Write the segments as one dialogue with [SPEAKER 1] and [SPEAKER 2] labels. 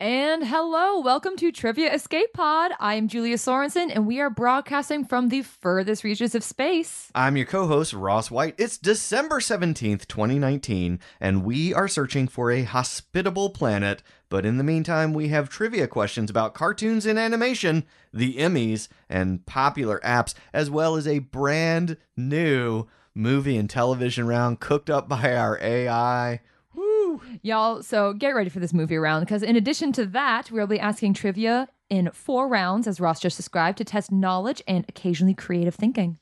[SPEAKER 1] And hello, welcome to Trivia Escape Pod. I am Julia Sorensen, and we are broadcasting from the furthest reaches of space.
[SPEAKER 2] I'm your co host, Ross White. It's December 17th, 2019, and we are searching for a hospitable planet. But in the meantime, we have trivia questions about cartoons and animation, the Emmys, and popular apps, as well as a brand new movie and television round cooked up by our AI. Woo!
[SPEAKER 1] Y'all, so get ready for this movie round because, in addition to that, we'll be asking trivia in four rounds, as Ross just described, to test knowledge and occasionally creative thinking.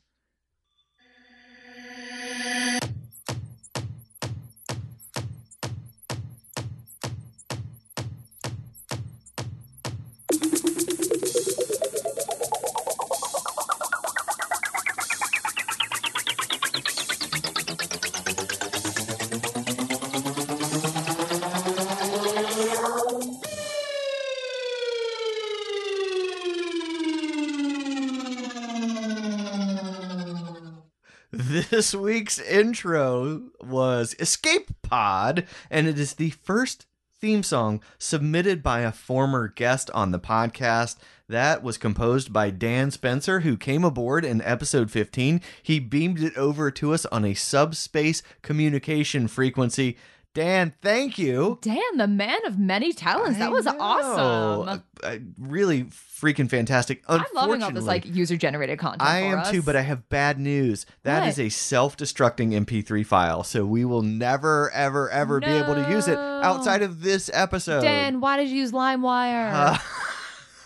[SPEAKER 2] This week's intro was Escape Pod, and it is the first theme song submitted by a former guest on the podcast. That was composed by Dan Spencer, who came aboard in episode 15. He beamed it over to us on a subspace communication frequency. Dan, thank you.
[SPEAKER 1] Dan, the man of many talents.
[SPEAKER 2] I
[SPEAKER 1] that was
[SPEAKER 2] know.
[SPEAKER 1] awesome.
[SPEAKER 2] Uh, uh, really freaking fantastic.
[SPEAKER 1] I'm loving all this like user generated content.
[SPEAKER 2] I
[SPEAKER 1] for
[SPEAKER 2] am
[SPEAKER 1] us.
[SPEAKER 2] too, but I have bad news. That
[SPEAKER 1] What?
[SPEAKER 2] is a self destructing MP3 file, so we will never, ever, ever be able to use it outside of this episode.
[SPEAKER 1] Dan, why did you use LimeWire?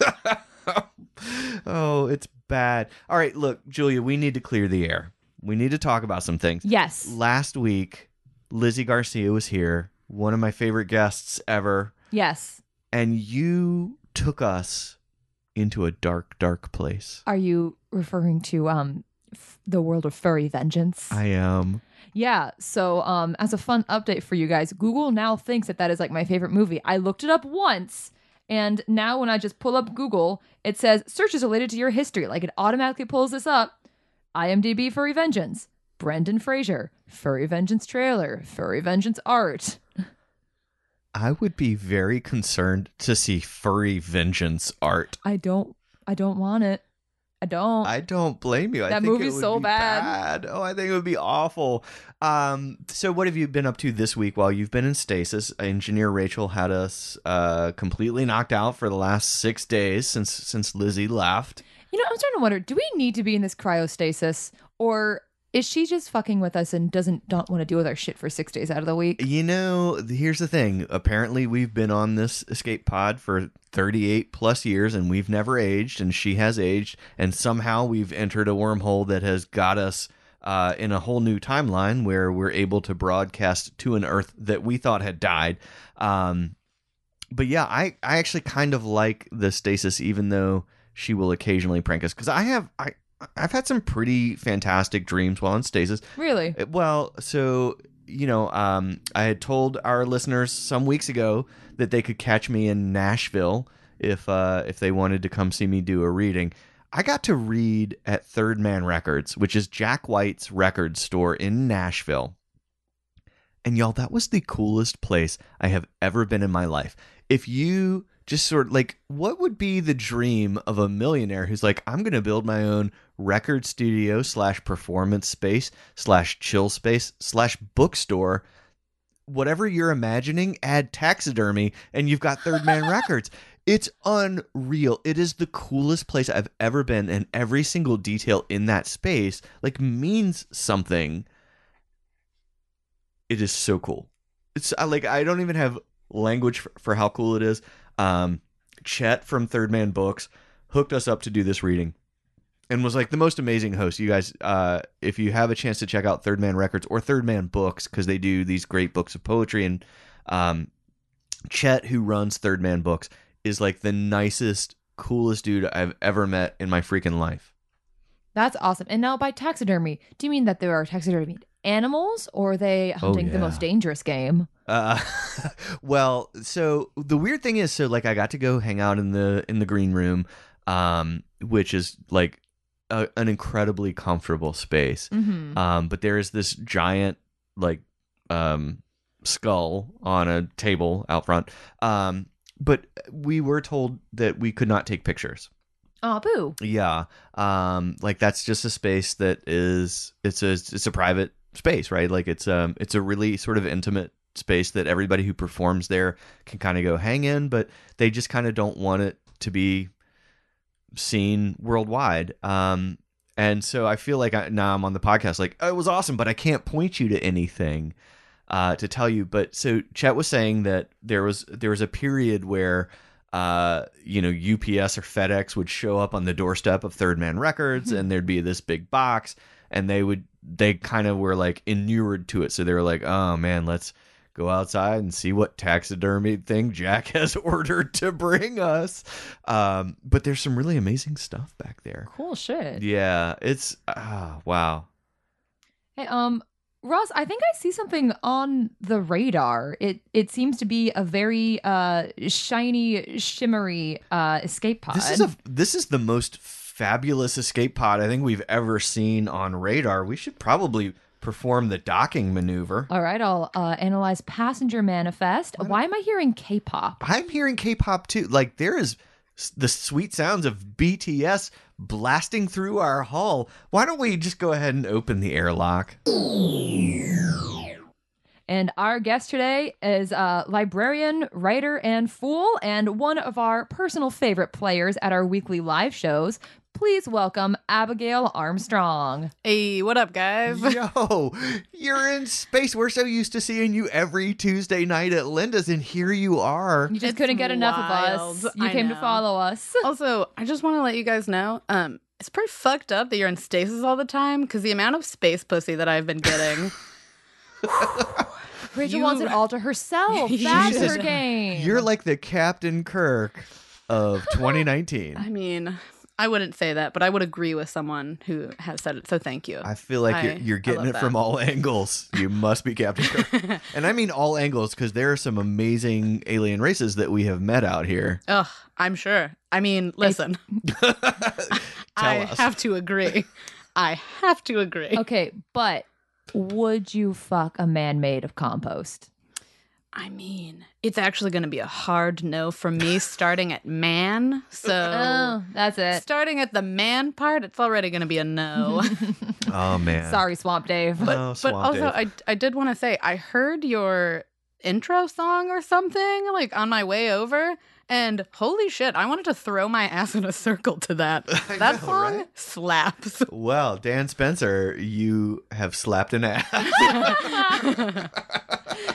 [SPEAKER 2] Uh, oh, it's bad. All right, look, Julia, we need to clear the air. We need to talk about some things.
[SPEAKER 1] yes.
[SPEAKER 2] Last week, Lizzie Garcia was here, one of my favorite guests ever,
[SPEAKER 1] yes.
[SPEAKER 2] and you took us into a dark, dark place.
[SPEAKER 1] Are you referring to um f- the world of furry vengeance?
[SPEAKER 2] I am.
[SPEAKER 1] yeah. So um as a fun update for you guys, Google now thinks that that is like my favorite movie. I looked it up once and now when I just pull up Google, it says search is related to your history. Like it automatically pulls this up. IMDb Furry Vengeance, Brendan Fraser, Furry Vengeance trailer, Furry Vengeance art.
[SPEAKER 2] I would be very concerned to see furry vengeance art.
[SPEAKER 1] I don't I don't want it. I don't.
[SPEAKER 2] I don't blame you. I
[SPEAKER 1] That
[SPEAKER 2] think
[SPEAKER 1] movie's
[SPEAKER 2] it would
[SPEAKER 1] so
[SPEAKER 2] be
[SPEAKER 1] bad.
[SPEAKER 2] bad. Oh, I think it would be awful. Um, so what have you been up to this week while you've been in stasis? Engineer Rachel had us uh, completely knocked out for the last six days since since Lizzie left.
[SPEAKER 1] You know, I'm starting to wonder, do we need to be in this cryostasis or is she just fucking with us and doesn't don't want to deal with our shit for 6 days out of the week?
[SPEAKER 2] You know, th- here's the thing. Apparently, we've been on this escape pod for 38 plus years, and we've never aged, and she has aged, and somehow we've entered a wormhole that has got us uh, in a whole new timeline where we're able to broadcast to an Earth that we thought had died. Um, but yeah, I, I actually kind of like the stasis, even though she will occasionally prank us, because I have I. I've had some pretty fantastic dreams while in stasis.
[SPEAKER 1] Really?
[SPEAKER 2] Uh, Well, so you know, um, I had told our listeners some weeks ago that they could catch me in Nashville if uh, if they wanted to come see me do a reading. I got to read at Third Man Records, which is Jack White's record store in Nashville. And y'all, that was the coolest place I have ever been in my life. If you just sort of like, what would be the dream of a millionaire who's like, I'm going to build my own record studio slash performance space slash chill space slash bookstore? Whatever you're imagining, add taxidermy, and you've got Third Man Records. It's unreal. It is the coolest place I've ever been, and every single detail in that space like means something it is so cool. It's I, like I don't even have language for, for how cool it is. Um, Chet from Third Man Books hooked us up to do this reading, and was like the most amazing host. You guys, uh, if you have a chance to check out Third Man Records or Third Man Books, because they do these great books of poetry, and um, Chet, who runs Third Man Books, is like the nicest, coolest dude I've ever met in my freaking life.
[SPEAKER 1] That's awesome. And now by taxidermy, do you mean that there are taxidermy animals or are they hunting the
[SPEAKER 2] Oh, yeah.
[SPEAKER 1] most dangerous game?
[SPEAKER 2] Uh, well, so the weird thing is, so like I got to go hang out in the in the green room, um, which is like a, an incredibly comfortable space.
[SPEAKER 1] Mhm.
[SPEAKER 2] Um, but there is this giant like um skull on a table out front. Um, but we were told that we could not take pictures.
[SPEAKER 1] Aw, boo.
[SPEAKER 2] Yeah. Um like that's just a space that is it's a it's a private space, right? Like it's um it's a really sort of intimate space that everybody who performs there can kind of go hang in, but they just kind of don't want it to be seen worldwide. Um and so I feel like I, now I'm on the podcast like oh, it was awesome, but I can't point you to anything uh to tell you, but so Chet was saying that there was there was a period where uh, you know, UPS or FedEx would show up on the doorstep of Third Man Records, and there'd be this big box, and they would they kind of were like inured to it, so they were like, oh man, let's go outside and see what taxidermy thing Jack has ordered to bring us. Um, but there's some really amazing stuff back there.
[SPEAKER 1] Cool shit.
[SPEAKER 2] Yeah, it's ah wow.
[SPEAKER 1] Hey, um, Ross, I think I see something on the radar. It it seems to be a very uh shiny, shimmery uh escape pod.
[SPEAKER 2] This is a this is the most fabulous escape pod I think we've ever seen on radar. We should probably perform the docking maneuver.
[SPEAKER 1] All right, I'll uh, analyze passenger manifest. Why am I hearing K-pop?
[SPEAKER 2] I'm hearing K-pop too. Like there is s- the sweet sounds of BTS blasting through our hull. Why don't we just go ahead and open the airlock?
[SPEAKER 1] And our guest today is a librarian, writer, and fool, and one of our personal favorite players at our weekly live shows. Please welcome Abigail Armstrong.
[SPEAKER 3] Hey, what up, guys?
[SPEAKER 2] Yo, you're in space. We're so used to seeing you every Tuesday night at Linda's, and here you are.
[SPEAKER 1] You just
[SPEAKER 3] It's
[SPEAKER 1] couldn't get enough of us.
[SPEAKER 3] wild.
[SPEAKER 1] You
[SPEAKER 3] I
[SPEAKER 1] came to
[SPEAKER 3] know.
[SPEAKER 1] follow us.
[SPEAKER 3] also, I just want to let you guys know, um, it's pretty fucked up that you're in stasis all the time because the amount of space pussy that I've been getting.
[SPEAKER 1] Rachel
[SPEAKER 3] You-
[SPEAKER 1] wants it all to herself.
[SPEAKER 3] You
[SPEAKER 1] That's
[SPEAKER 2] should-
[SPEAKER 1] her game.
[SPEAKER 2] You're like the Captain Kirk of 2019.
[SPEAKER 3] I mean, I wouldn't say that, but I would agree with someone who has said it. So thank you.
[SPEAKER 2] I feel like you're,
[SPEAKER 3] I-
[SPEAKER 2] you're
[SPEAKER 3] I
[SPEAKER 2] getting
[SPEAKER 3] love
[SPEAKER 2] it from
[SPEAKER 3] that.
[SPEAKER 2] all angles. You must be Captain Kirk. and I mean all angles because there are some amazing alien races that we have met out here.
[SPEAKER 3] Ugh, I'm sure. I mean, listen,
[SPEAKER 2] Tell
[SPEAKER 3] I
[SPEAKER 2] us.
[SPEAKER 3] have to agree. I have to agree.
[SPEAKER 1] okay, but would you fuck a man made of compost?
[SPEAKER 3] I mean, it's actually going to be a hard no from me starting at man. So.
[SPEAKER 1] Oh, that's it.
[SPEAKER 3] Starting at the man part, it's already going to be a
[SPEAKER 1] Mm-hmm.
[SPEAKER 3] no.
[SPEAKER 2] oh man.
[SPEAKER 1] Sorry, Swamp Dave.
[SPEAKER 2] oh,
[SPEAKER 3] But
[SPEAKER 2] Swamp
[SPEAKER 3] also,
[SPEAKER 2] Dave.
[SPEAKER 3] I, I did want to say I heard your intro song or something like on my way over, and holy shit, I wanted to throw my ass in a circle to that.
[SPEAKER 2] I
[SPEAKER 3] that
[SPEAKER 2] know,
[SPEAKER 3] song
[SPEAKER 2] right?
[SPEAKER 3] slaps.
[SPEAKER 2] Well, Dan Spencer, you have slapped an ass.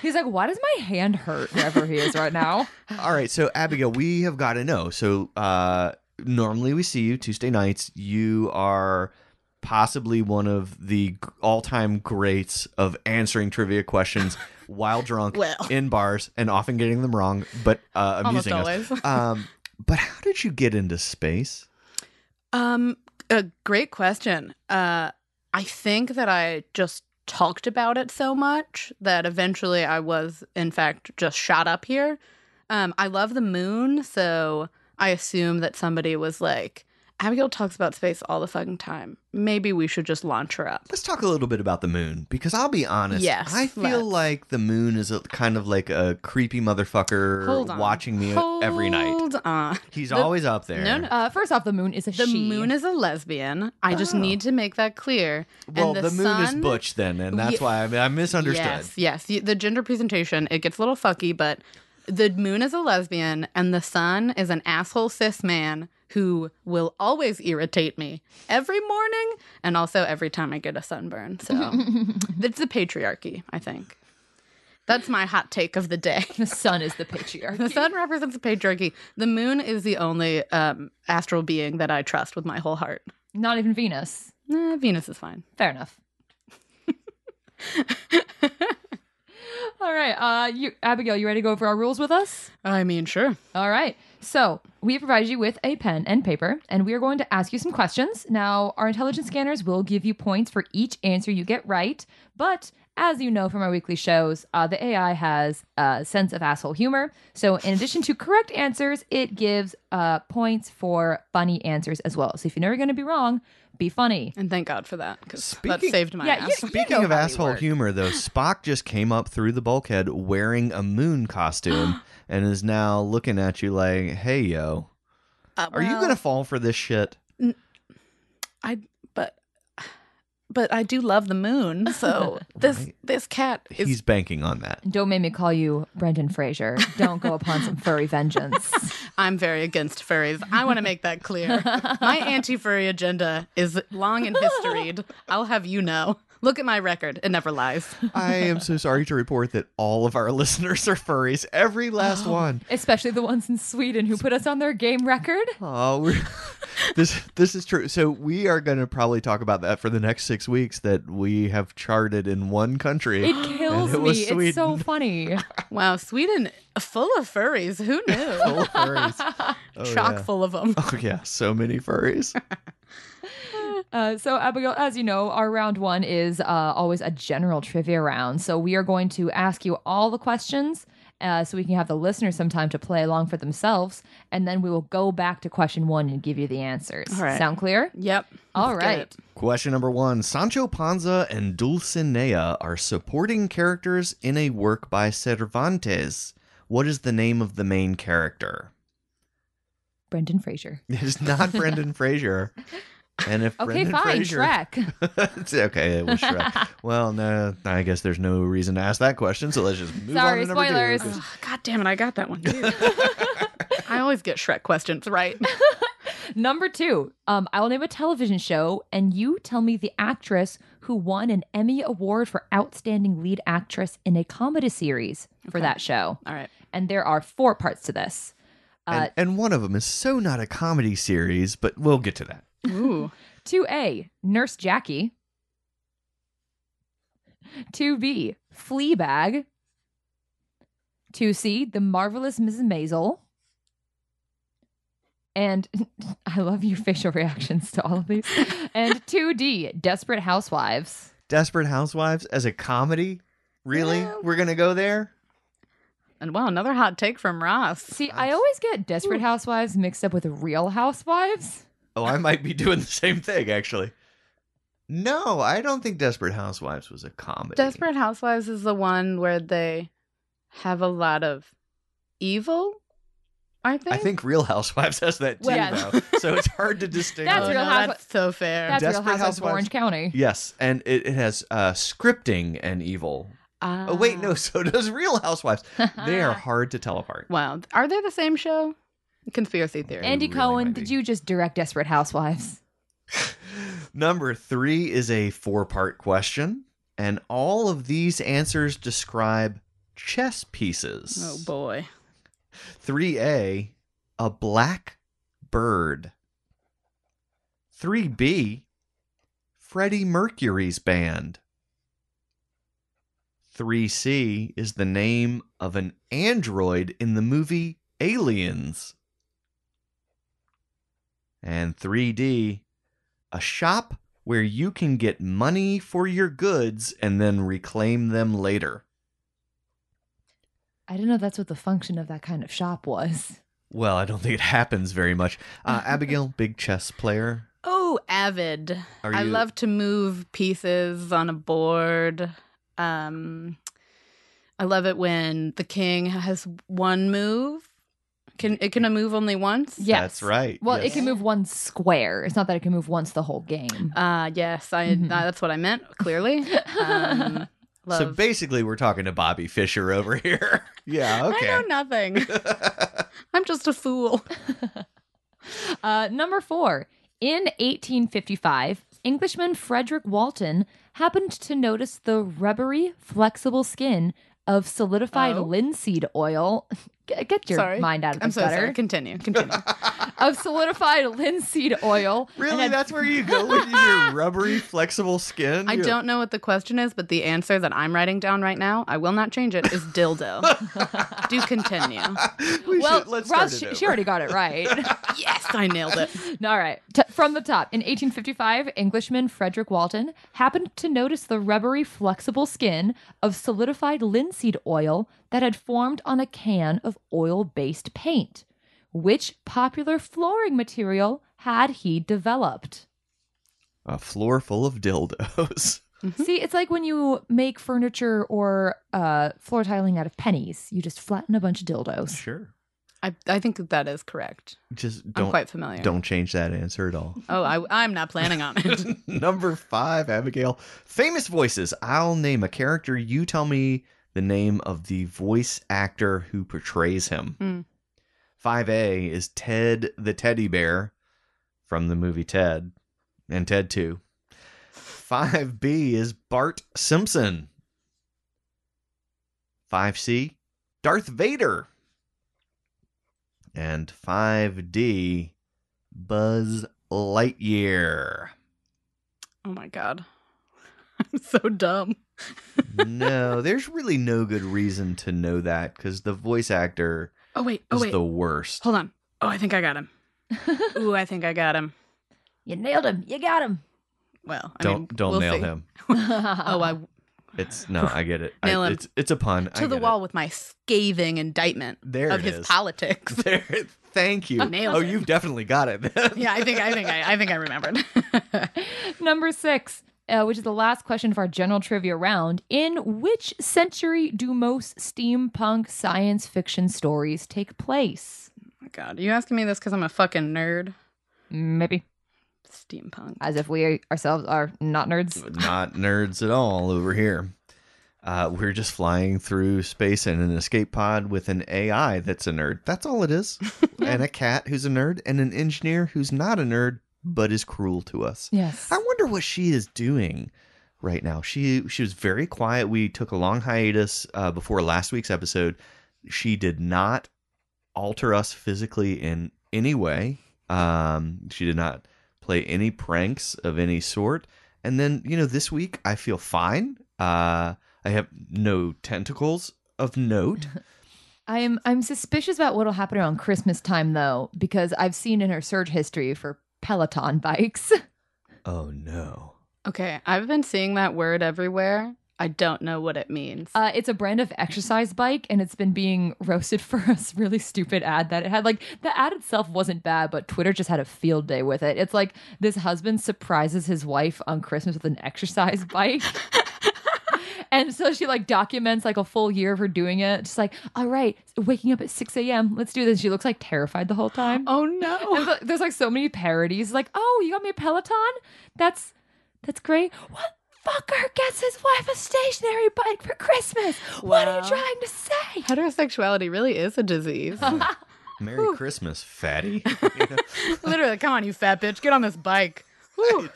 [SPEAKER 1] He's like, why does my hand hurt wherever he is right now?
[SPEAKER 2] All right, so Abigail, we have got to know. So uh, normally we see you Tuesday nights. You are possibly one of the g- all-time greats of answering trivia questions while drunk
[SPEAKER 3] Well.
[SPEAKER 2] in bars and often getting them wrong, but uh,
[SPEAKER 3] Almost
[SPEAKER 2] amusing us.
[SPEAKER 3] always.
[SPEAKER 2] Um, but how did you get into space?
[SPEAKER 3] Um, a great question. Uh, I think that I just talked about it so much that eventually I was, in fact, just shot up here. Um, I love the moon, so I assume that somebody was like, Abigail talks about space all the fucking time. Maybe we should just launch her up.
[SPEAKER 2] Let's talk a little bit about the moon because I'll be honest.
[SPEAKER 3] Yes,
[SPEAKER 2] I feel
[SPEAKER 3] let's.
[SPEAKER 2] like the moon is a, kind of like a creepy motherfucker
[SPEAKER 3] Hold on.
[SPEAKER 2] watching me every night.
[SPEAKER 3] Hold on.
[SPEAKER 2] He's
[SPEAKER 3] The-
[SPEAKER 2] always up there.
[SPEAKER 3] No, no.
[SPEAKER 1] Uh, first off, the moon is a
[SPEAKER 3] The
[SPEAKER 1] she.
[SPEAKER 3] moon is a lesbian. I just
[SPEAKER 2] Oh.
[SPEAKER 3] need to make that clear.
[SPEAKER 2] Well,
[SPEAKER 3] and
[SPEAKER 2] the,
[SPEAKER 3] the,
[SPEAKER 2] moon is
[SPEAKER 3] sun-
[SPEAKER 2] Butch then, and that's
[SPEAKER 3] Ye-
[SPEAKER 2] why I, I misunderstood.
[SPEAKER 3] Yes, yes. The, the gender presentation, it gets a little fucky, but the moon is a lesbian and the sun is an asshole cis man who will always irritate me every morning and also every time I get a sunburn. So it's the patriarchy, I think. That's my hot take of the day.
[SPEAKER 1] the sun is the patriarch.
[SPEAKER 3] The sun represents the patriarchy. The moon is the only um, astral being that I trust with my whole heart.
[SPEAKER 1] Not even Venus.
[SPEAKER 3] Nah, Venus is fine.
[SPEAKER 1] Fair enough. All right, uh, you, Abigail, you ready to go over our rules with us?
[SPEAKER 3] I mean, sure.
[SPEAKER 1] All right. So we provided you with a pen and paper, and we are going to ask you some questions. Now, our intelligence scanners will give you points for each answer you get right, but As you know from our weekly shows, uh, the AI has a sense of asshole humor. So, in addition to correct answers, it gives uh, points for funny answers as well. So, if you know you're going to be wrong, be funny.
[SPEAKER 3] And thank God for that because that
[SPEAKER 2] Speaking-
[SPEAKER 3] saved my
[SPEAKER 1] Yeah,
[SPEAKER 3] ass.
[SPEAKER 2] Speaking
[SPEAKER 1] know
[SPEAKER 2] of
[SPEAKER 1] how we
[SPEAKER 2] asshole
[SPEAKER 1] work.
[SPEAKER 2] humor, though, Spock just came up through the bulkhead wearing a moon costume and is now looking at you like, "Hey, yo,
[SPEAKER 3] Uh,
[SPEAKER 2] are you
[SPEAKER 3] well,
[SPEAKER 2] gonna fall for this shit?"
[SPEAKER 3] I but but I do love the moon. So this
[SPEAKER 2] Right.
[SPEAKER 3] this cat is
[SPEAKER 2] He's banking on that.
[SPEAKER 1] And Don't make me call you Brendan Fraser. Don't go upon some furry vengeance.
[SPEAKER 3] I'm very against furries. I want to make that clear. My anti furry agenda is long and historied. I'll have you know. Look at my record. It never lies.
[SPEAKER 2] I am so sorry to report that all of our listeners are furries, every
[SPEAKER 1] Oh.
[SPEAKER 2] last one.
[SPEAKER 1] Especially the ones in Sweden who put us on their game record.
[SPEAKER 2] Oh, we're, this this is true. So we are going to probably talk about that for the next six weeks that we have charted in one country.
[SPEAKER 1] It kills
[SPEAKER 2] And it was
[SPEAKER 1] me. It's so
[SPEAKER 2] Sweden.
[SPEAKER 1] funny.
[SPEAKER 3] Wow, Sweden full of furries. Who knew?
[SPEAKER 2] Full of furries. Oh,
[SPEAKER 3] Chock
[SPEAKER 2] yeah.
[SPEAKER 3] full of them.
[SPEAKER 2] Oh yeah, so many furries.
[SPEAKER 1] Uh, so, Abigail, as you know, our round one is uh, always a general trivia round. So, we are going to ask you all the questions uh, so we can have the listeners some time to play along for themselves. And then we will go back to question one and give you the answers.
[SPEAKER 3] All right.
[SPEAKER 1] Sound clear?
[SPEAKER 3] Yep.
[SPEAKER 1] All
[SPEAKER 3] Let's get
[SPEAKER 1] right.
[SPEAKER 3] it.
[SPEAKER 2] Question number one: Sancho Panza and Dulcinea are supporting characters in a work by Cervantes. What is the name of the main character?
[SPEAKER 1] Brendan Fraser.
[SPEAKER 2] It is not Brendan Fraser. And if
[SPEAKER 1] Okay,
[SPEAKER 2] Brendan
[SPEAKER 1] fine.
[SPEAKER 2] Fraser,
[SPEAKER 1] Shrek.
[SPEAKER 2] It's okay, it was Shrek. well, no, I guess there's no reason to ask that question, so let's just move
[SPEAKER 1] Sorry,
[SPEAKER 2] on to number two,
[SPEAKER 1] spoilers.
[SPEAKER 2] 'cause-
[SPEAKER 3] Ugh, God damn it, I got that one too. I always get Shrek questions right.
[SPEAKER 1] Number two, um, I will name a television show, and you tell me the actress who won an Emmy Award for Outstanding Lead Actress in a Comedy Series for that show.
[SPEAKER 3] All right.
[SPEAKER 1] And there are four parts to this. Uh,
[SPEAKER 2] and, and one of them is so not a comedy series, but we'll get to that.
[SPEAKER 3] Ooh.
[SPEAKER 1] 2A, Nurse Jackie. 2B, Fleabag. 2C, The Marvelous Mrs. Maisel. And I love your facial reactions to all of these. And 2D, Desperate Housewives.
[SPEAKER 2] Desperate Housewives as a comedy? Really? We're gonna go there?
[SPEAKER 3] And wow, another hot take from Ross.
[SPEAKER 1] See, I always get Desperate Housewives mixed up with Real Housewives.
[SPEAKER 2] Oh, I might be doing the same thing actually. No, I don't think Desperate Housewives was a comedy.
[SPEAKER 3] Desperate Housewives is the one where they have a lot of evil, I think.
[SPEAKER 2] I think Real Housewives has that too,
[SPEAKER 1] Well-
[SPEAKER 2] though. So it's hard to distinguish.
[SPEAKER 1] That's
[SPEAKER 3] Oh,
[SPEAKER 1] Real
[SPEAKER 3] no,
[SPEAKER 1] Housewi-
[SPEAKER 3] That's so fair.
[SPEAKER 1] That's Real
[SPEAKER 2] Desperate
[SPEAKER 1] Housewives, of
[SPEAKER 2] Housewives.
[SPEAKER 1] Orange County.
[SPEAKER 2] Yes, and it, it has uh, scripting and evil.
[SPEAKER 3] Ah.
[SPEAKER 2] Oh wait, no, so does Real Housewives. They are hard to tell apart.
[SPEAKER 3] Wow. Are they the same show? Conspiracy theory.
[SPEAKER 2] And-
[SPEAKER 1] Andy
[SPEAKER 2] really
[SPEAKER 1] Cohen,
[SPEAKER 2] might be.
[SPEAKER 1] did you just direct Desperate Housewives?
[SPEAKER 2] Number three is a four-part question, and all of these answers describe chess pieces.
[SPEAKER 3] oh boy.
[SPEAKER 2] Three A, a black bird. Three B, Freddie Mercury's band. Three C is the name of an android in the movie Aliens. And 3D, a shop where you can get money for your goods and then reclaim them later.
[SPEAKER 1] I didn't know that's what the function of that kind of shop was.
[SPEAKER 2] Well, I don't think it happens very much. Uh, Abigail, big chess player.
[SPEAKER 3] Oh, avid.
[SPEAKER 2] Are
[SPEAKER 3] I
[SPEAKER 2] you-
[SPEAKER 3] love to move pieces on a board. Um I love it when the king has one move. Can it can a move only once?
[SPEAKER 1] Yes.
[SPEAKER 2] That's right.
[SPEAKER 1] Well, it
[SPEAKER 2] yes.
[SPEAKER 1] can move one square. It's not that it can move once the whole game.
[SPEAKER 3] Uh yes, I
[SPEAKER 1] Mhm.
[SPEAKER 3] uh, that's what I meant, clearly. Um love.
[SPEAKER 2] So basically, we're talking to Bobby Fisher over here. yeah.
[SPEAKER 3] I
[SPEAKER 2] Okay.
[SPEAKER 3] know nothing. I'm just a fool.
[SPEAKER 1] Uh, number four. In 1855, Englishman Frederick Walton happened to notice the rubbery, flexible skin of solidified
[SPEAKER 3] Oh.
[SPEAKER 1] linseed oil. Get, get your
[SPEAKER 3] Sorry.
[SPEAKER 1] mind out of the
[SPEAKER 3] I'm so
[SPEAKER 1] gutter.
[SPEAKER 3] sorry. Continue. Continue.
[SPEAKER 1] of solidified linseed oil.
[SPEAKER 2] Really,
[SPEAKER 1] and I-
[SPEAKER 2] that's where you go with your rubbery, flexible skin.
[SPEAKER 3] I
[SPEAKER 2] You're-
[SPEAKER 3] don't know what the question is, but the answer that I'm writing down right now, I will not change it, is dildo. Do continue.
[SPEAKER 2] We
[SPEAKER 1] well,
[SPEAKER 2] should- let's
[SPEAKER 1] Ross,
[SPEAKER 2] start it
[SPEAKER 1] she, she
[SPEAKER 2] over.
[SPEAKER 1] already got it right.
[SPEAKER 3] Yes, I nailed it.
[SPEAKER 1] All right. T- from the top. In 1855, Englishman Frederick Walton happened to notice the rubbery, flexible skin of solidified linseed oil that had formed on a can of oil based paint. Which popular flooring material had he developed?
[SPEAKER 2] a floor full of dildos.
[SPEAKER 3] Hmm?
[SPEAKER 1] See, it's like when you make furniture or uh, floor tiling out of pennies, you just flatten a bunch of dildos.
[SPEAKER 2] sure.
[SPEAKER 3] I, I think that that is correct.
[SPEAKER 2] Just
[SPEAKER 3] I'm
[SPEAKER 2] don't
[SPEAKER 3] quite familiar.
[SPEAKER 2] don't change that answer at all.
[SPEAKER 3] Oh, I, I'm not planning on it.
[SPEAKER 2] Number five, Abigail. Famous voices. I'll name a character. You tell me the name of the voice actor who portrays him.
[SPEAKER 3] Hmm.
[SPEAKER 2] 5A is Ted the Teddy Bear from the movie Ted and Ted 2. 5B is Bart Simpson. 5C, Darth Vader. And 5D, Buzz Lightyear.
[SPEAKER 3] Oh my god. I'm so dumb.
[SPEAKER 2] no, there's really no good reason to know that because the voice actor
[SPEAKER 3] Oh wait, oh
[SPEAKER 2] is
[SPEAKER 3] wait.
[SPEAKER 2] the worst.
[SPEAKER 3] Hold on. Oh, I think I got him. Ooh, I think I got him.
[SPEAKER 1] You nailed him. You got him.
[SPEAKER 3] Well, I
[SPEAKER 2] don't
[SPEAKER 3] mean,
[SPEAKER 2] don't
[SPEAKER 3] we'll
[SPEAKER 2] nail
[SPEAKER 3] see.
[SPEAKER 2] him.
[SPEAKER 3] Oh, I
[SPEAKER 2] It's no, I get it.
[SPEAKER 3] Nail
[SPEAKER 2] I,
[SPEAKER 3] him.
[SPEAKER 2] It's it's a pun. I
[SPEAKER 3] to the
[SPEAKER 2] get it.
[SPEAKER 3] wall with my scathing indictment
[SPEAKER 2] There
[SPEAKER 3] of
[SPEAKER 2] it
[SPEAKER 3] his
[SPEAKER 2] is.
[SPEAKER 3] politics.
[SPEAKER 2] There, thank you.
[SPEAKER 3] Nailed
[SPEAKER 2] oh,
[SPEAKER 3] it.
[SPEAKER 2] you've definitely got it.
[SPEAKER 3] yeah, I think I think I, I think I remembered. Oh
[SPEAKER 1] Number six, uh, which is the last question of our general trivia round. In which century do most steampunk science fiction stories take place?
[SPEAKER 3] my god, are you asking me this cuz I'm a fucking nerd?
[SPEAKER 1] Maybe.
[SPEAKER 3] Steampunk.
[SPEAKER 1] As if we ourselves are not nerds.
[SPEAKER 2] Not nerds at all over here. Uh, we're just flying through space in an escape pod with an AI that's a nerd. That's all it is. and a cat who's a nerd, and an engineer who's not a nerd but is cruel to us.
[SPEAKER 1] Yes.
[SPEAKER 2] I wonder what she is doing right now. She she was very quiet. We took a long hiatus uh, before last week's episode. She did not alter us physically in any way. Um, she did not play any pranks of any sort. And then you know this week I feel fine. Uh, I have no tentacles of note.
[SPEAKER 1] I'm I'm suspicious about what'll happen around Christmas time though, because I've seen in her search history for Peloton bikes.
[SPEAKER 2] oh no.
[SPEAKER 3] Okay, I've been seeing that word everywhere. I don't know what it means.
[SPEAKER 1] Uh, it's a brand of exercise bike, and it's been being roasted for a really stupid ad that it had. Like the ad itself wasn't bad, but Twitter just had a field day with it. It's like this husband surprises his wife on Christmas with an exercise bike. And so she like documents like a full year of her doing it. Just like, all right, waking up at 6 a.m. Let's do this. She looks like terrified the whole time.
[SPEAKER 3] oh no.
[SPEAKER 1] And so- there's like so many parodies. Like, oh, you got me a Peloton? That's that's great. What fucker gets his wife a stationary bike for Christmas? What are you
[SPEAKER 3] Wow.
[SPEAKER 1] trying to say?
[SPEAKER 3] Heterosexuality really is a disease.
[SPEAKER 2] Merry Christmas, fatty.
[SPEAKER 3] Literally, come on, you fat bitch, get on this bike. Whew.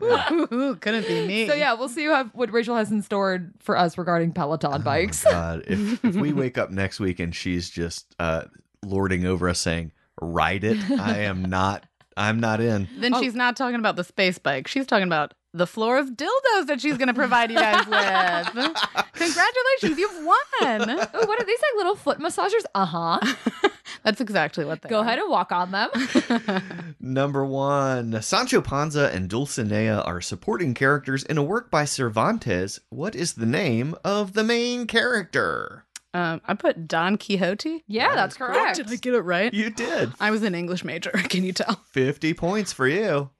[SPEAKER 3] Whew, whew, whew, Couldn't be me.
[SPEAKER 1] So yeah, we'll see what, what Rachel has in store for us regarding Peloton bikes.
[SPEAKER 2] Oh God, if, if we wake up next week and she's just uh, lording over us saying, "Ride it," I am not. I'm not in.
[SPEAKER 3] Then
[SPEAKER 1] Oh.
[SPEAKER 3] she's not talking about the space bike. She's talking about the floor of dildos that she's going to provide you guys with. Congratulations, you've won.
[SPEAKER 1] Oh, what are these like little foot massagers? Uh huh.
[SPEAKER 3] That's exactly what they
[SPEAKER 1] Go
[SPEAKER 3] are.
[SPEAKER 1] ahead and walk on them.
[SPEAKER 2] Number one, Sancho Panza and Dulcinea are supporting characters in a work by Cervantes. What is the name of the main character?
[SPEAKER 3] Um, I put Don Quixote.
[SPEAKER 1] Yeah, that's correct.
[SPEAKER 3] Did I get it right?
[SPEAKER 2] You did
[SPEAKER 3] I was an English major. Can you tell?
[SPEAKER 2] fifty points for you.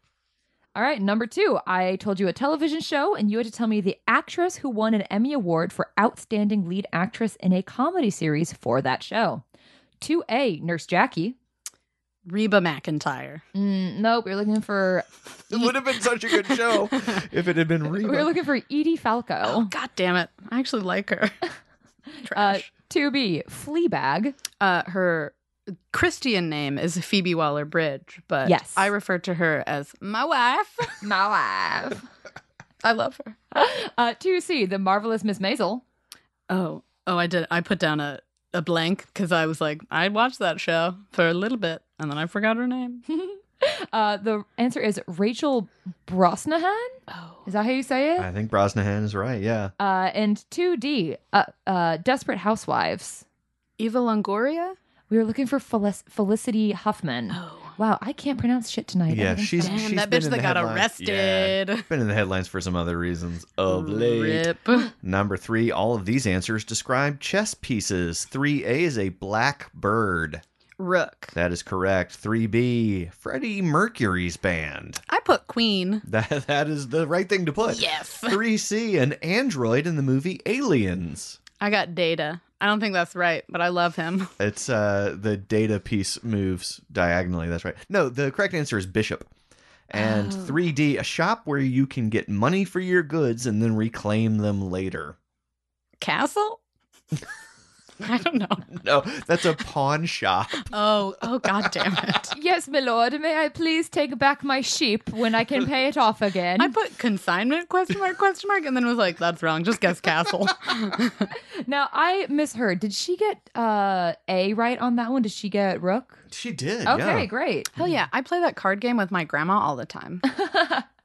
[SPEAKER 1] All right, number two. I told you a television show, and you had to tell me the actress who won an Emmy Award for Outstanding Lead Actress in a Comedy Series for that show. 2A, Nurse Jackie.
[SPEAKER 3] Reba McIntyre.
[SPEAKER 1] Mm, nope, we were looking for
[SPEAKER 2] It would have been such a good show if it had been
[SPEAKER 1] we were
[SPEAKER 2] Reba.
[SPEAKER 1] looking for Edie
[SPEAKER 3] Oh,
[SPEAKER 1] Falco.
[SPEAKER 3] God damn it. I actually like her.
[SPEAKER 1] Uh,
[SPEAKER 3] Trash.
[SPEAKER 1] 2B, Fleabag.
[SPEAKER 3] uh, her Christian name is Phoebe Waller Bridge, but
[SPEAKER 1] Yes.
[SPEAKER 3] I refer to her as my wife.
[SPEAKER 1] My wife.
[SPEAKER 3] I love her.
[SPEAKER 1] Uh, 2C, The Marvelous Miss Maisel.
[SPEAKER 3] Oh, oh, I did. I put down a a blank because I was like, I watched that show for a little bit and then I forgot her name.
[SPEAKER 1] Uh, the answer is Rachel Brosnahan.
[SPEAKER 3] Oh.
[SPEAKER 1] Is that how you say it?
[SPEAKER 2] I think Brosnahan is right. Yeah.
[SPEAKER 1] Uh, and 2D, uh, uh, Desperate Housewives.
[SPEAKER 3] Eva Longoria?
[SPEAKER 1] We were looking for Felic- Felicity Huffman.
[SPEAKER 3] Oh.
[SPEAKER 1] Wow, I can't pronounce shit tonight.
[SPEAKER 2] Yeah,
[SPEAKER 1] Everything's
[SPEAKER 2] she's-
[SPEAKER 1] bad.
[SPEAKER 3] Damn,
[SPEAKER 2] she's
[SPEAKER 3] that
[SPEAKER 2] been
[SPEAKER 3] bitch
[SPEAKER 2] in
[SPEAKER 3] that
[SPEAKER 2] the
[SPEAKER 3] got
[SPEAKER 2] headlines. Yeah.
[SPEAKER 3] arrested.
[SPEAKER 2] Been in the headlines for some other reasons of late.
[SPEAKER 3] Rip.
[SPEAKER 2] Number three, all of these answers describe chess pieces. 3A is a black bird.
[SPEAKER 3] Rook.
[SPEAKER 2] That is correct. 3B, Freddie Mercury's band.
[SPEAKER 3] I put Queen.
[SPEAKER 2] That, that is the right thing to put.
[SPEAKER 3] Yes.
[SPEAKER 2] 3C, an android in the movie Aliens.
[SPEAKER 3] I got Data. I don't think that's right, but I love him.
[SPEAKER 2] It's uh, the data piece moves diagonally. That's right. No, the correct answer is bishop. And
[SPEAKER 1] Oh.
[SPEAKER 2] 3D, a shop where you can get money for your goods and then reclaim them later.
[SPEAKER 3] Castle? I don't know.
[SPEAKER 2] No, that's a pawn shop.
[SPEAKER 3] Oh, oh god damn it.
[SPEAKER 1] Yes, my lord. May I please take back my sheep when I can pay it off again?
[SPEAKER 3] I put consignment question mark question mark and then was like, that's wrong. Just guess castle.
[SPEAKER 1] now I misheard. Did she get uh, A right on that one? Did she get Rook?
[SPEAKER 2] She did.
[SPEAKER 1] Okay,
[SPEAKER 2] yeah.
[SPEAKER 1] great.
[SPEAKER 3] Hell yeah. I play that card game with my grandma all the time.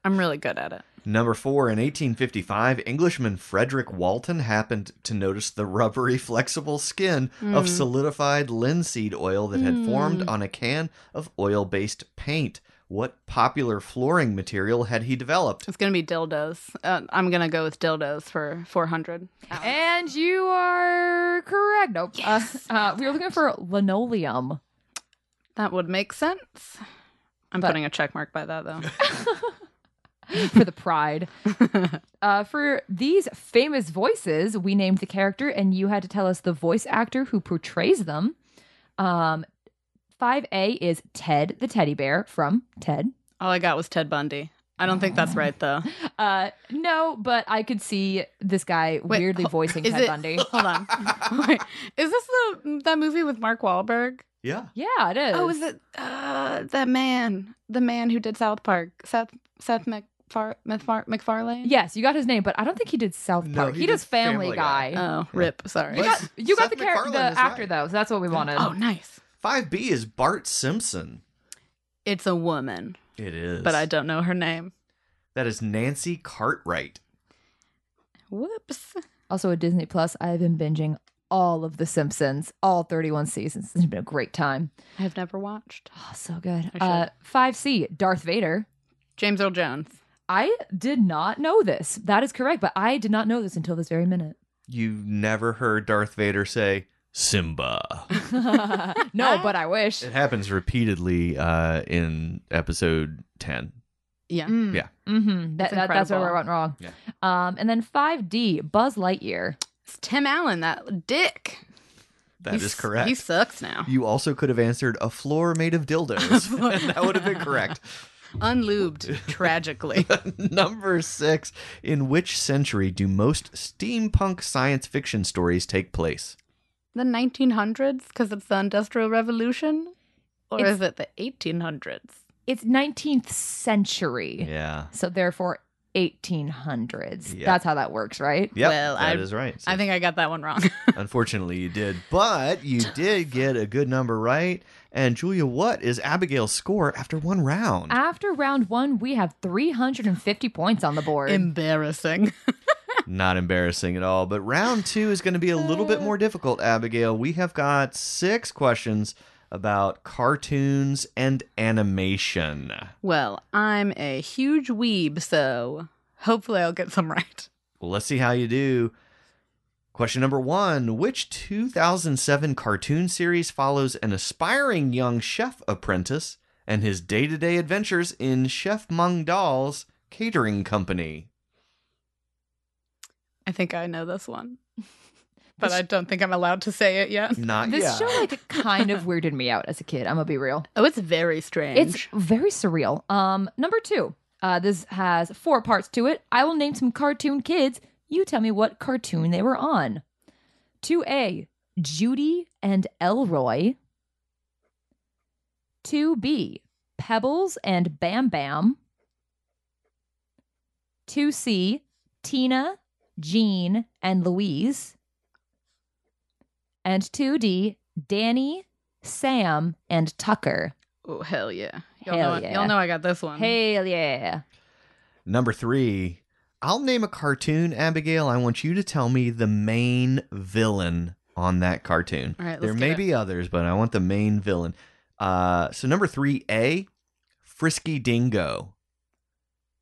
[SPEAKER 3] I'm really good at it.
[SPEAKER 2] Number four, in 1855, Englishman Frederick Walton happened to notice the rubbery, flexible skin of
[SPEAKER 3] Hmm.
[SPEAKER 2] solidified linseed oil that had formed on a can of oil based paint. What popular flooring material had he developed?
[SPEAKER 3] It's gonna be dildos. Uh, I'm gonna go with dildos for 400.
[SPEAKER 1] And you are correct. Nope. Yes. Uh, we were looking for linoleum.
[SPEAKER 3] That would make sense. I'm
[SPEAKER 1] But-
[SPEAKER 3] putting a check mark by that though.
[SPEAKER 1] for the pride. uh, for these famous voices, we named the character, and you had to tell us the voice actor who portrays them. Um, 5A is Ted the teddy bear from Ted.
[SPEAKER 3] All I got was Ted Bundy. I don't think that's right though.
[SPEAKER 1] Uh, no, but I could see this guy
[SPEAKER 3] Wait,
[SPEAKER 1] weirdly
[SPEAKER 3] ho-
[SPEAKER 1] voicing
[SPEAKER 3] is
[SPEAKER 1] Ted
[SPEAKER 3] it-
[SPEAKER 1] Bundy.
[SPEAKER 3] Hold on. Wait, is this the that movie with Mark Wahlberg?
[SPEAKER 2] Yeah.
[SPEAKER 1] Yeah, it is.
[SPEAKER 3] Oh, is it uh, that man? The man who did South Park, Seth Seth McFar- McFar- McFarlane.
[SPEAKER 1] Yes, you got his name, but I don't think he did South
[SPEAKER 2] No,
[SPEAKER 1] Park.
[SPEAKER 2] he
[SPEAKER 1] he,
[SPEAKER 2] did
[SPEAKER 1] does Family,
[SPEAKER 2] Family
[SPEAKER 1] Guy.
[SPEAKER 2] Guy.
[SPEAKER 3] Oh, rip. Sorry.
[SPEAKER 1] You got, you got the,
[SPEAKER 2] Seth
[SPEAKER 1] char- the
[SPEAKER 2] McFarlane is
[SPEAKER 1] actor
[SPEAKER 2] right.
[SPEAKER 1] though, so that's what we wanted.
[SPEAKER 3] oh, nice.
[SPEAKER 2] 5B is Bart Simpson.
[SPEAKER 3] It's a woman,
[SPEAKER 2] It is.
[SPEAKER 3] but I don't know her name.
[SPEAKER 2] That is Nancy Cartwright.
[SPEAKER 3] Whoops.
[SPEAKER 1] Also, at Disney Plus, I've been binging all of The Simpsons, all 31 seasons. It's been a great time.
[SPEAKER 3] I've never watched
[SPEAKER 1] Oh, so good.
[SPEAKER 3] I should.
[SPEAKER 1] Uh, 5C, Darth Vader.
[SPEAKER 3] James Earl Jones.
[SPEAKER 1] I did not know this. That is correct, but I did not know this until this very minute.
[SPEAKER 2] You never heard Darth Vader say, Simba.
[SPEAKER 1] no, but I wish.
[SPEAKER 2] it happens repeatedly uh, in episode 10.
[SPEAKER 3] Yeah.
[SPEAKER 1] Mm.
[SPEAKER 2] Yeah.
[SPEAKER 1] Mhm. That,
[SPEAKER 3] That's
[SPEAKER 1] that, that's where I
[SPEAKER 3] incredible.
[SPEAKER 1] went wrong.
[SPEAKER 2] Yeah.
[SPEAKER 1] Um, and then 5D, Buzz Lightyear.
[SPEAKER 3] It's Tim Allen, that dick.
[SPEAKER 2] That is
[SPEAKER 3] He's-
[SPEAKER 2] correct.
[SPEAKER 3] He sucks now.
[SPEAKER 2] You also could have answered a floor made of dildos. and that would have been correct.
[SPEAKER 3] Unlubed, tragically.
[SPEAKER 2] Number six. In which century do most steampunk science fiction stories take place?
[SPEAKER 3] the 1900s, because it's the Industrial Revolution? Or
[SPEAKER 1] It's-
[SPEAKER 3] is it the 1800s?
[SPEAKER 1] It's 19th century,
[SPEAKER 2] Yeah.
[SPEAKER 1] so therefore 1800s.
[SPEAKER 2] Yeah.
[SPEAKER 1] That's how that works, right?
[SPEAKER 2] Yep,
[SPEAKER 3] Well,
[SPEAKER 2] that
[SPEAKER 3] I-
[SPEAKER 2] is right. So
[SPEAKER 3] I think I got that one wrong.
[SPEAKER 2] unfortunately, you did, but you did get a good number right. And Julia, what is Abigail's score after one round?
[SPEAKER 3] Ah.
[SPEAKER 1] After round one, we have 350 points on the board.
[SPEAKER 3] Embarrassing.
[SPEAKER 2] Not embarrassing at all. But round two is going to be a little bit
[SPEAKER 3] Uh.
[SPEAKER 2] more difficult, Abigail. We have got six questions about cartoons and animation.
[SPEAKER 3] Well, I'm a huge weeb, so hopefully I'll get some right.
[SPEAKER 2] Well, let's see how you do. Question number one Which 2007 cartoon series follows an aspiring young chef apprentice and his day to day adventures in Chef Mung Dahl's catering company?
[SPEAKER 3] I think I know this one, but I don't think I'm allowed to say it yet.
[SPEAKER 2] Not
[SPEAKER 1] This
[SPEAKER 2] yet.
[SPEAKER 1] show like kind of weirded me out as a kid. I'm gonna be real.
[SPEAKER 3] Oh, it's very strange.
[SPEAKER 1] It's very surreal. Um, number two. Uh, this has four parts to it. I will name some cartoon kids. You tell me what cartoon they were on. Two A. Judy and Elroy. Two B. Pebbles and Bam Bam. Two C. Tina, Jean, and Louise. and 2D, Danny, Sam, and Tucker.
[SPEAKER 3] Oh hell yeah! Y'all
[SPEAKER 1] Hell
[SPEAKER 3] know,
[SPEAKER 1] yeah.
[SPEAKER 3] y'all know I got this one.
[SPEAKER 1] Hell yeah.
[SPEAKER 2] Number three, I'll name a cartoon, Abigail. I want you to tell me the main villain on that cartoon.
[SPEAKER 3] All right, let's
[SPEAKER 2] there
[SPEAKER 3] get
[SPEAKER 2] may
[SPEAKER 3] it.
[SPEAKER 2] be others, but I want the main villain. Uh, so number three, A, Frisky Dingo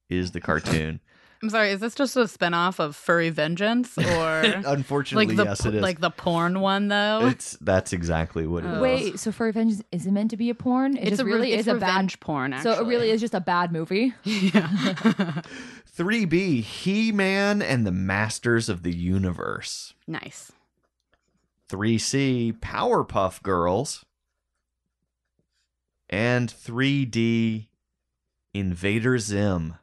[SPEAKER 2] is the cartoon.
[SPEAKER 3] I'm sorry. Is this just a spinoff of Furry Vengeance or
[SPEAKER 2] Unfortunately,
[SPEAKER 3] like the
[SPEAKER 2] yes,
[SPEAKER 3] p-
[SPEAKER 2] it is.
[SPEAKER 3] like the porn one though?
[SPEAKER 2] it's that's exactly what it is.
[SPEAKER 3] Oh.
[SPEAKER 1] Wait, so Furry Vengeance isn't meant to be a porn? It just
[SPEAKER 3] re-
[SPEAKER 1] really
[SPEAKER 3] it's
[SPEAKER 1] is a bad.
[SPEAKER 3] revenge porn. Actually.
[SPEAKER 1] So it really is just a bad movie.
[SPEAKER 3] yeah.
[SPEAKER 2] 3B, He-Man and the Masters of the Universe.
[SPEAKER 3] nice.
[SPEAKER 2] 3C, Powerpuff Girls. And 3D, Invader Zim.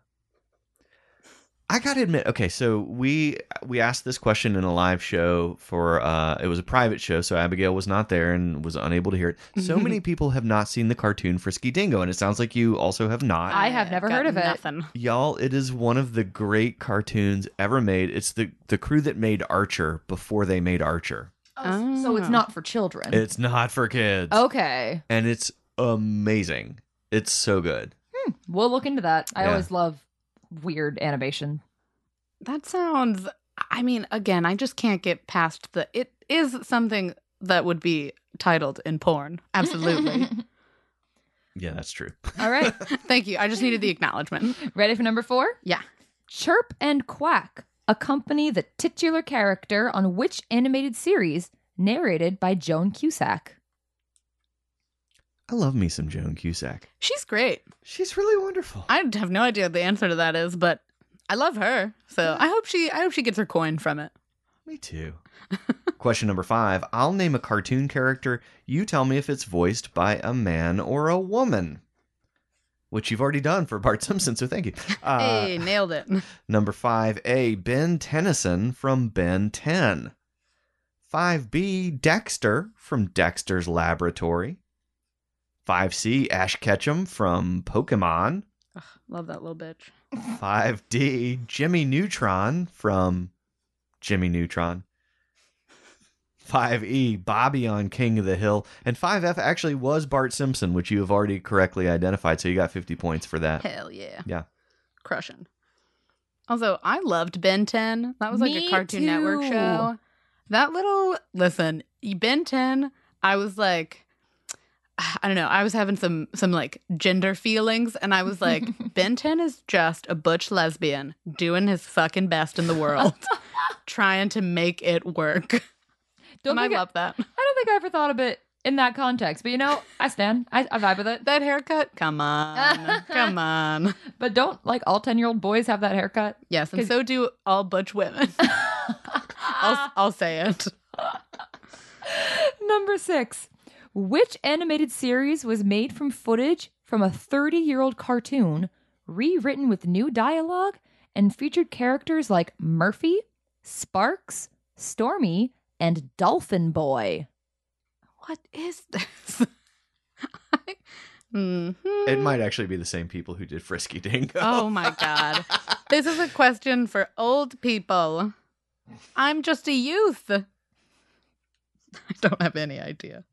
[SPEAKER 2] I gotta admit, okay, so we we asked this question in a live show for uh it was a private show, so Abigail was not there and was unable to hear it. So many people have not seen the cartoon Frisky Dingo, and it sounds like you also have
[SPEAKER 3] Uh,
[SPEAKER 2] not.
[SPEAKER 1] I have never
[SPEAKER 3] got
[SPEAKER 1] heard of it.
[SPEAKER 3] Nothing.
[SPEAKER 2] Y'all, it is one of the great cartoons ever made. It's the the crew that made Archer before they made Archer.
[SPEAKER 3] Oh.
[SPEAKER 1] So it's not for children.
[SPEAKER 2] It's not for kids.
[SPEAKER 1] Oh, okay.
[SPEAKER 2] And it's amazing. It's so good.
[SPEAKER 1] We'll look into that. I
[SPEAKER 2] Yeah.
[SPEAKER 1] always love weird animation.
[SPEAKER 3] That sounds. I mean, again, I just can't get past the. It is something that would be titled in porn. Absolutely.
[SPEAKER 2] Yeah, that's true.
[SPEAKER 1] All right.
[SPEAKER 3] Thank you. I just needed the acknowledgement.
[SPEAKER 1] Ready for number four?
[SPEAKER 3] Yeah.
[SPEAKER 1] Chirp and Quack accompany the titular character on which animated series narrated by Joan Cusack?
[SPEAKER 2] I love me some Joan Cusack.
[SPEAKER 3] She's great.
[SPEAKER 2] She's really wonderful.
[SPEAKER 3] I have no idea what the answer to that is, but I love her. So I hope she. I hope she gets her coin from it.
[SPEAKER 2] me too. Question number five I'll name a cartoon character. You tell me if it's voiced by a man or a woman, which you've already done for Bart Simpson, so thank you. Uh,
[SPEAKER 3] hey, nailed it.
[SPEAKER 2] Number 5A, Ben Tennyson from Ben 10. 5B, Dexter from Dexter's Laboratory. 5C, Ash Ketchum from Pokemon.
[SPEAKER 3] Ugh, love that little bitch.
[SPEAKER 2] 5D, Jimmy Neutron from Jimmy Neutron. 5E, Bobby on King of the Hill. And 5F actually was Bart Simpson, which you have already correctly identified, so you got 50 points for that.
[SPEAKER 3] Hell yeah.
[SPEAKER 2] Yeah.
[SPEAKER 3] Crushing. Also, I loved Ben 10. That was like
[SPEAKER 1] Me
[SPEAKER 3] a Cartoon Network
[SPEAKER 1] too.
[SPEAKER 3] show. That little, listen, Ben 10, I was like, I don't know. I was having some some like gender feelings, and I was like, Ben 10 is just a butch lesbian doing his fucking best in the world, trying to make it work.
[SPEAKER 1] Don't
[SPEAKER 3] and I
[SPEAKER 1] think I,
[SPEAKER 3] love that.
[SPEAKER 1] I don't think I ever thought of it in that context, but you know, I stand. I, I vibe with it.
[SPEAKER 3] That haircut, come on, come on.
[SPEAKER 1] But don't like all 10 year old boys have that haircut?
[SPEAKER 3] Yes, and
[SPEAKER 1] 'Cause-
[SPEAKER 3] so do all butch women. I'll, I'll say it.
[SPEAKER 1] Number six. Which animated series was made from footage from a 30 year old cartoon, rewritten with new dialogue, and featured characters like Murphy, Sparks, Stormy, and Dolphin Boy?
[SPEAKER 3] What is this? Mhm.
[SPEAKER 2] It might actually be the same people who did Frisky Dingo.
[SPEAKER 3] Oh my God. This is a question for old people. I'm just a youth. I don't have any idea.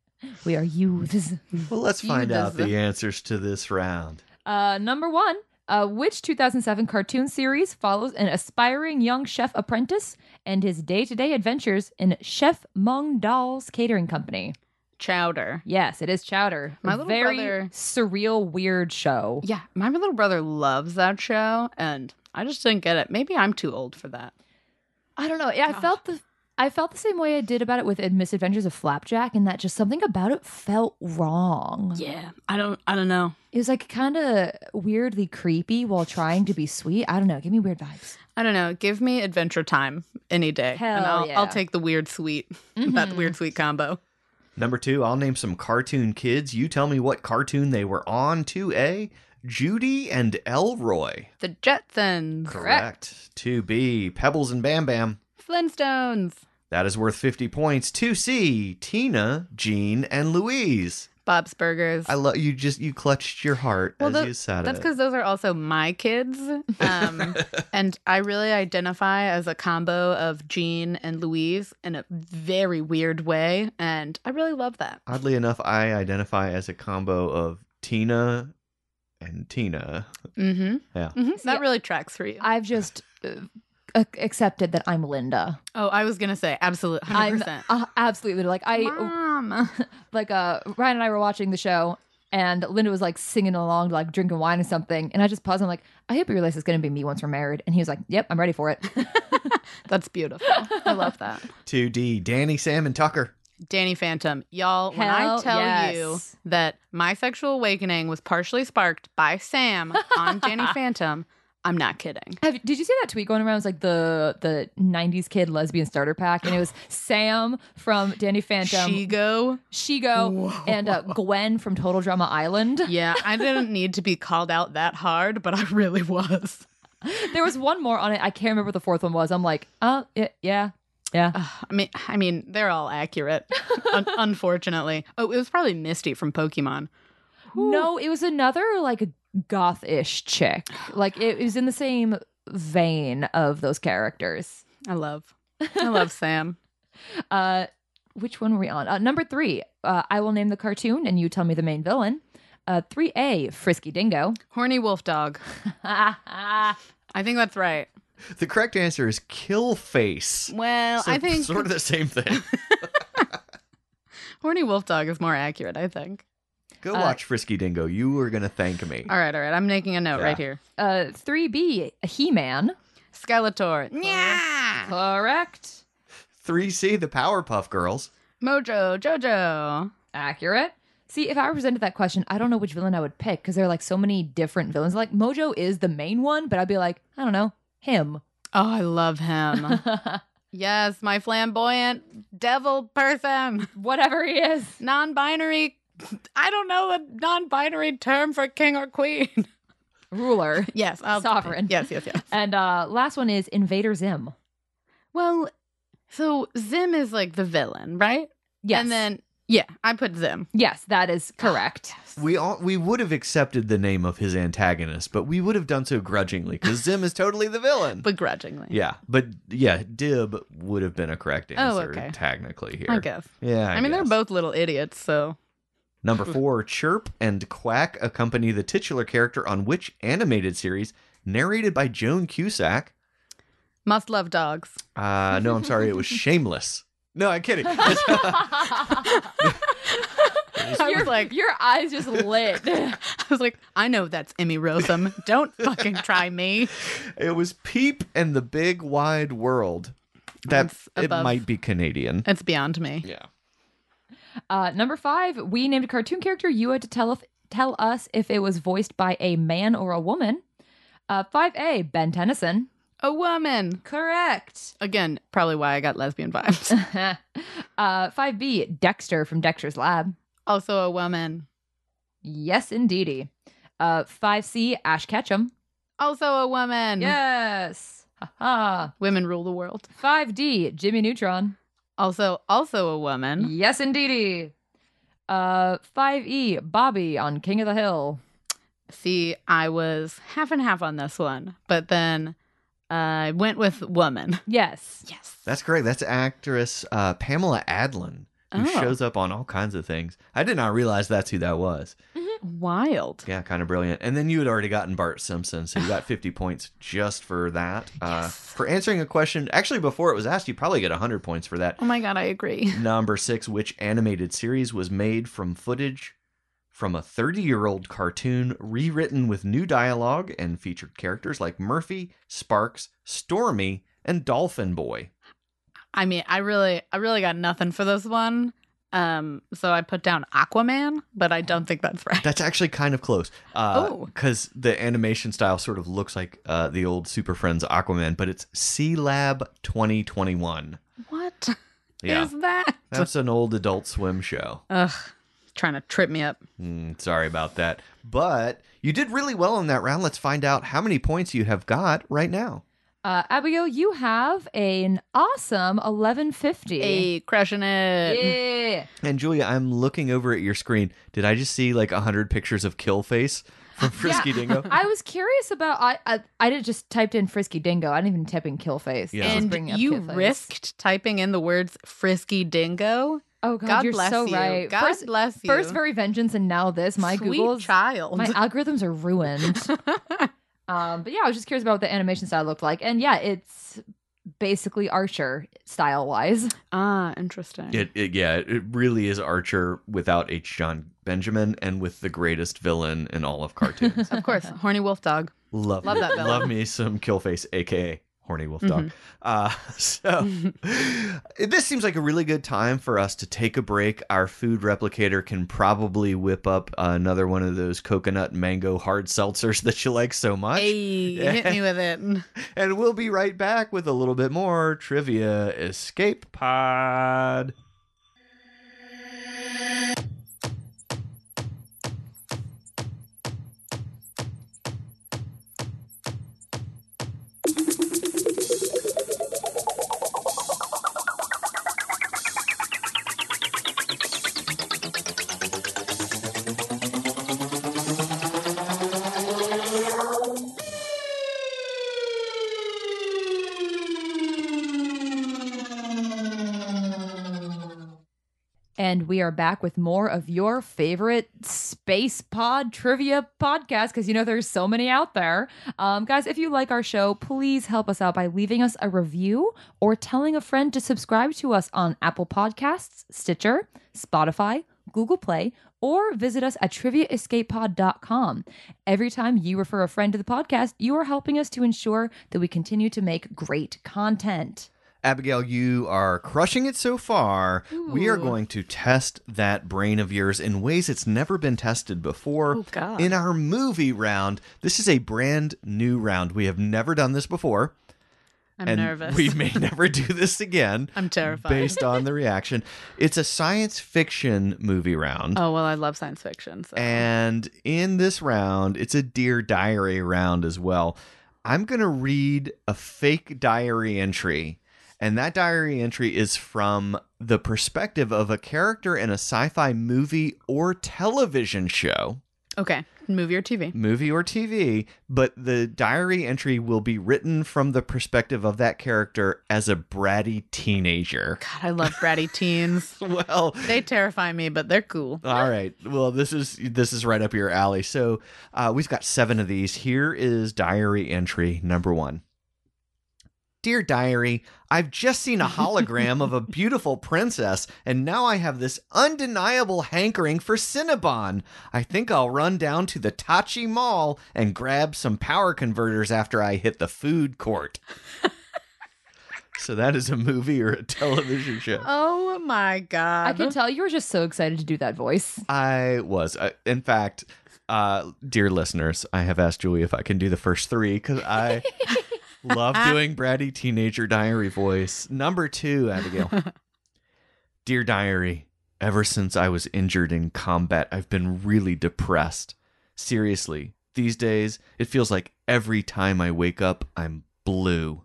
[SPEAKER 1] We are youths.
[SPEAKER 2] Well, let's
[SPEAKER 3] You
[SPEAKER 2] find out
[SPEAKER 3] does-
[SPEAKER 2] the answers to this round.
[SPEAKER 1] Uh, number one, uh, which 2007 cartoon series follows an aspiring young chef apprentice and his day to day adventures in Chef Mung Dahl's catering company?
[SPEAKER 3] Chowder.
[SPEAKER 1] Yes, it is Chowder.
[SPEAKER 3] My
[SPEAKER 1] A
[SPEAKER 3] little
[SPEAKER 1] very
[SPEAKER 3] brother-
[SPEAKER 1] surreal, weird show.
[SPEAKER 3] Yeah, my little brother loves that show, and I just didn't get it. Maybe I'm too old for that.
[SPEAKER 1] I don't know. Yeah, I
[SPEAKER 3] God.
[SPEAKER 1] felt the. I felt the same way I did about it with Misadventures of Flapjack, and that just something about it felt wrong.
[SPEAKER 3] Yeah, I don't. I don't know.
[SPEAKER 1] It was like kind of weirdly creepy while trying to be sweet. I don't know. Give me weird vibes.
[SPEAKER 3] I don't know. Give me Adventure Time any day,
[SPEAKER 1] Hell
[SPEAKER 3] and I'll,
[SPEAKER 1] yeah.
[SPEAKER 3] I'll take the weird sweet, that weird sweet combo.
[SPEAKER 2] Number two, I'll name some cartoon kids. You tell me what cartoon they were on. 2A, Judy and Elroy.
[SPEAKER 3] The Jetsons,
[SPEAKER 2] Correct. 2B, Pebbles and Bam Bam.
[SPEAKER 3] Flintstones.
[SPEAKER 2] That is worth 50 points. 2C, Tina, Jean, and Louise.
[SPEAKER 3] Bob's Burgers.
[SPEAKER 2] I love you. Just you clutched your heart
[SPEAKER 3] Well,
[SPEAKER 2] as
[SPEAKER 3] tho-
[SPEAKER 2] you said
[SPEAKER 3] That's
[SPEAKER 2] it.
[SPEAKER 3] because those are also my kids. Um, and I really identify as a combo of Jean and Louise in a very weird way. And I really love that.
[SPEAKER 2] Oddly enough, I identify as a combo of Tina and Tina.
[SPEAKER 3] Mm-hmm.
[SPEAKER 2] Yeah.
[SPEAKER 3] hmm
[SPEAKER 1] Yeah.
[SPEAKER 3] That really tracks for you.
[SPEAKER 1] I've just uh, ac- accepted that I'm Linda.
[SPEAKER 3] oh, I was going to say, absolutely.
[SPEAKER 1] I'm
[SPEAKER 3] 100%.
[SPEAKER 1] uh, absolutely like I
[SPEAKER 3] Mom.
[SPEAKER 1] like uh Ryan and I were watching the show and Linda was like singing along like drinking wine or something and I just paused and I'm like I hope you realize it's going to be me once we're married and he was like yep I'm ready for it
[SPEAKER 3] That's beautiful. I love that.
[SPEAKER 2] 2D, Danny, Sam, and Tucker.
[SPEAKER 3] Danny Phantom, y'all, when
[SPEAKER 1] Hell
[SPEAKER 3] I tell
[SPEAKER 1] yes.
[SPEAKER 3] you that my sexual awakening was partially sparked by Sam on Danny Phantom, I'm not kidding.
[SPEAKER 1] Have, did you see that tweet going around? It was like the the '90s kid lesbian starter pack, and it was Sam from Danny Phantom,
[SPEAKER 3] Shigo.
[SPEAKER 1] Shigo, and uh, Gwen from Total Drama Island.
[SPEAKER 3] Yeah, I didn't need to be called out that hard, but I really was.
[SPEAKER 1] There was one more on it. I can't remember what the fourth one was. I'm like, oh yeah, yeah, yeah.
[SPEAKER 3] Ugh, I mean, I mean, they're all accurate, un- unfortunately. Oh, it was probably Misty from Pokemon.
[SPEAKER 1] No, it was another like goth-ish chick. Like it, it was in the same vein of those characters.
[SPEAKER 3] I love, I love Sam.
[SPEAKER 1] Uh, which one were we on? Uh, number three. Uh, I will name the cartoon, and you tell me the main villain. Uh, 3A, Frisky Dingo. Uh,
[SPEAKER 3] Horny Wolf Dog. I think that's right.
[SPEAKER 2] The correct answer is kill face.
[SPEAKER 3] Well,
[SPEAKER 2] So
[SPEAKER 3] I think Uh,
[SPEAKER 2] sort of the same thing.
[SPEAKER 3] Horny Wolf Dog is more accurate. I think.
[SPEAKER 2] Go
[SPEAKER 1] Uh,
[SPEAKER 2] watch Frisky Dingo. You are gonna thank me.
[SPEAKER 3] All right, all right. I'm making a note
[SPEAKER 2] Yeah.
[SPEAKER 3] right here.
[SPEAKER 1] Uh, 3B, He Man.
[SPEAKER 3] Skeletor. Yeah.
[SPEAKER 1] Correct.
[SPEAKER 2] 3C, the Powerpuff Girls.
[SPEAKER 3] Mojo. Jojo.
[SPEAKER 1] Accurate. See, if I presented that question, I don't know which villain I would pick because there are like so many different villains. Like Mojo is the main one, but I'd be like, I don't know, him.
[SPEAKER 3] Oh, I love him. yes, my flamboyant devil person.
[SPEAKER 1] Whatever he is.
[SPEAKER 3] Non-binary. I don't know a non-binary term for king or queen.
[SPEAKER 1] Ruler.
[SPEAKER 3] yes, I'll,
[SPEAKER 1] Sovereign.
[SPEAKER 3] Yes, yes, yes.
[SPEAKER 1] And uh, last one is Invader Zim.
[SPEAKER 3] Well, so Zim is like the villain, right?
[SPEAKER 1] Yes.
[SPEAKER 3] And then yeah, I put Zim.
[SPEAKER 1] yes, that is correct.
[SPEAKER 2] We all we would have accepted the name of his antagonist, but we would have done so grudgingly because Zim is totally the villain.
[SPEAKER 3] Begrudgingly.
[SPEAKER 2] yeah, but yeah, Dib would have been a correct
[SPEAKER 3] Oh,
[SPEAKER 2] answer
[SPEAKER 3] okay.
[SPEAKER 2] technically here.
[SPEAKER 3] I guess.
[SPEAKER 2] Yeah,
[SPEAKER 3] I, mean, they're
[SPEAKER 2] guess.
[SPEAKER 3] both little idiots, so
[SPEAKER 2] Number four, Chirp and Quack accompany the titular character on which animated series, narrated by Joan Cusack?
[SPEAKER 3] must love dogs.
[SPEAKER 2] Uh, no, I'm sorry, it was Shameless. No, I'm kidding. I
[SPEAKER 3] I
[SPEAKER 1] your,
[SPEAKER 3] was like,
[SPEAKER 1] your eyes just lit.
[SPEAKER 3] I was like, I know that's Emmy Rossum. Don't fucking try me.
[SPEAKER 2] It was Peep and the Big Wide World. That
[SPEAKER 3] That's
[SPEAKER 2] it
[SPEAKER 3] above.
[SPEAKER 2] might be Canadian.
[SPEAKER 3] It's beyond me.
[SPEAKER 2] Yeah.
[SPEAKER 1] Uh, number five, we named a cartoon character. You had to tell if, tell us if it was voiced by a man or a woman. Uh, 5A, Ben Tennyson.
[SPEAKER 3] A woman.
[SPEAKER 1] Correct.
[SPEAKER 3] Again, probably why I got lesbian vibes.
[SPEAKER 1] uh, 5B, Dexter from Dexter's Lab.
[SPEAKER 3] also a woman.
[SPEAKER 1] Yes, indeedy. Uh, 5C, Ash Ketchum.
[SPEAKER 3] Also a woman.
[SPEAKER 1] Yes. Ha-ha.
[SPEAKER 3] Women rule the world.
[SPEAKER 1] 5D, Jimmy Neutron.
[SPEAKER 3] Also, also a woman.
[SPEAKER 1] Yes, indeedy. Uh, 5E, Bobby on King of the Hill.
[SPEAKER 3] See, I was half and half on this one, but then uh, I went with woman.
[SPEAKER 1] Yes.
[SPEAKER 3] Yes.
[SPEAKER 2] That's correct. That's actress uh, Pamela Adlon, who
[SPEAKER 3] Oh.
[SPEAKER 2] shows up on all kinds of things. I did not realize that's who that was.
[SPEAKER 3] wild.
[SPEAKER 2] Yeah, kind of brilliant. And then you had already gotten Bart Simpson, so you got 50 points just for that. Uh,
[SPEAKER 3] Yes.
[SPEAKER 2] for answering a question, actually, before it was asked, you probably get 100 points for that.
[SPEAKER 3] Oh my god, I agree.
[SPEAKER 2] Number six, which animated series was made from footage from a 30 year old cartoon rewritten with new dialogue and featured characters like Murphy, Sparks, Stormy, and Dolphin Boy?
[SPEAKER 3] I mean, I really I really got nothing for this one. Um, so I put down Aquaman, but I don't think that's right.
[SPEAKER 2] That's actually kind of close.
[SPEAKER 3] Oh.
[SPEAKER 2] Because the animation style sort of looks like uh, the old Super Friends Aquaman, but it's C Lab 2021.
[SPEAKER 3] What is
[SPEAKER 2] Yeah.
[SPEAKER 3] that?
[SPEAKER 2] That's an old Adult Swim show.
[SPEAKER 3] Ugh, trying to trip me up.
[SPEAKER 2] Mm, sorry about that. But you did really well in that round. Let's find out how many points you have got right now.
[SPEAKER 1] Uh, Abigail, you have an awesome 1150.
[SPEAKER 3] Hey, crushing it.
[SPEAKER 1] yeah.
[SPEAKER 2] And Julia, I'm looking over at your screen. Did I just see like 100 pictures of Killface from Frisky Dingo?
[SPEAKER 1] I was curious about I, I I did just typed in Frisky Dingo. I didn't even type in kill face.
[SPEAKER 2] Yeah.
[SPEAKER 1] I was just
[SPEAKER 3] And
[SPEAKER 1] bringing up
[SPEAKER 3] you
[SPEAKER 1] Kill Face.
[SPEAKER 3] risked typing in the words frisky dingo.
[SPEAKER 1] Oh God,
[SPEAKER 3] God
[SPEAKER 1] you're
[SPEAKER 3] bless
[SPEAKER 1] so
[SPEAKER 3] you.
[SPEAKER 1] right.
[SPEAKER 3] God
[SPEAKER 1] first,
[SPEAKER 3] bless you.
[SPEAKER 1] first very vengeance, and now this. My
[SPEAKER 3] Sweet
[SPEAKER 1] Google's
[SPEAKER 3] child.
[SPEAKER 1] my algorithms are ruined. um, but yeah, I was just curious about what the animation style looked like, and yeah, it's basically Archer style wise.
[SPEAKER 3] ah, interesting.
[SPEAKER 2] It, it yeah, it really is Archer without H. John Benjamin and with the greatest villain in all of cartoons.
[SPEAKER 3] of course, horny wolf dog.
[SPEAKER 2] love
[SPEAKER 3] Love
[SPEAKER 2] me-
[SPEAKER 3] that villain. Mm-hmm.
[SPEAKER 2] Love me some Killface, aka Horny Wolf Dog. Uh, so this seems like a really good time for us to take a break. Our food replicator can probably whip up another one of those coconut mango hard seltzers that you like so much.
[SPEAKER 3] Hey, hit me with it.
[SPEAKER 2] And we'll be right back with a little bit more trivia escape pod.
[SPEAKER 1] And we are back with more of your favorite space pod trivia podcast because you know there's so many out there. Um, guys, if you like our show, please help us out by leaving us a review or telling a friend to subscribe to us on Apple Podcasts, Stitcher, Spotify, Google Play, or visit us at triviaescapepod.com. Every time you refer a friend to the podcast, you are helping us to ensure that we continue to make great content.
[SPEAKER 2] Abigail, you are crushing it so far. We are going to test that brain of yours in ways it's never been tested before.
[SPEAKER 3] Oh, God.
[SPEAKER 2] In our movie round, this is a brand new round. We have never done this before,
[SPEAKER 3] I'm
[SPEAKER 2] and
[SPEAKER 3] nervous.
[SPEAKER 2] we may never do this again.
[SPEAKER 3] I'm terrified.
[SPEAKER 2] Based on the reaction, it's a science fiction movie round.
[SPEAKER 3] oh well, I love science fiction. So.
[SPEAKER 2] And in this round, it's a Dear Diary round as well. I'm going to read a fake diary entry. And that diary entry is from the perspective of a character in a sci fi movie or television show,
[SPEAKER 3] okay, move your TV.
[SPEAKER 2] movie or TV, but the diary entry will be written from the perspective of that character as a bratty teenager.
[SPEAKER 3] God, I love bratty teens.
[SPEAKER 2] Well,
[SPEAKER 3] They terrify me, but they're cool.
[SPEAKER 2] All right. Well, this is this is right up your alley. So uh, we've got seven of these. Here is diary entry number one. Dear diary, I've just seen a hologram of a beautiful princess, and now I have this undeniable hankering for Cinnabon. I think I'll run down to the Tachi Mall and grab some power converters after I hit the food court. so that is a movie or a television show.
[SPEAKER 3] Oh my God!
[SPEAKER 1] I can tell you were just so excited to do that voice.
[SPEAKER 2] I was. I, in fact, uh, dear listeners, I have asked Julie if I can do the first three because I love
[SPEAKER 1] Ah.
[SPEAKER 2] doing bratty teenager diary voice. Number two, Abigail. dear diary, ever since I was injured in combat, I've been really depressed. Seriously, these days, it feels like every time I wake up, I'm blue.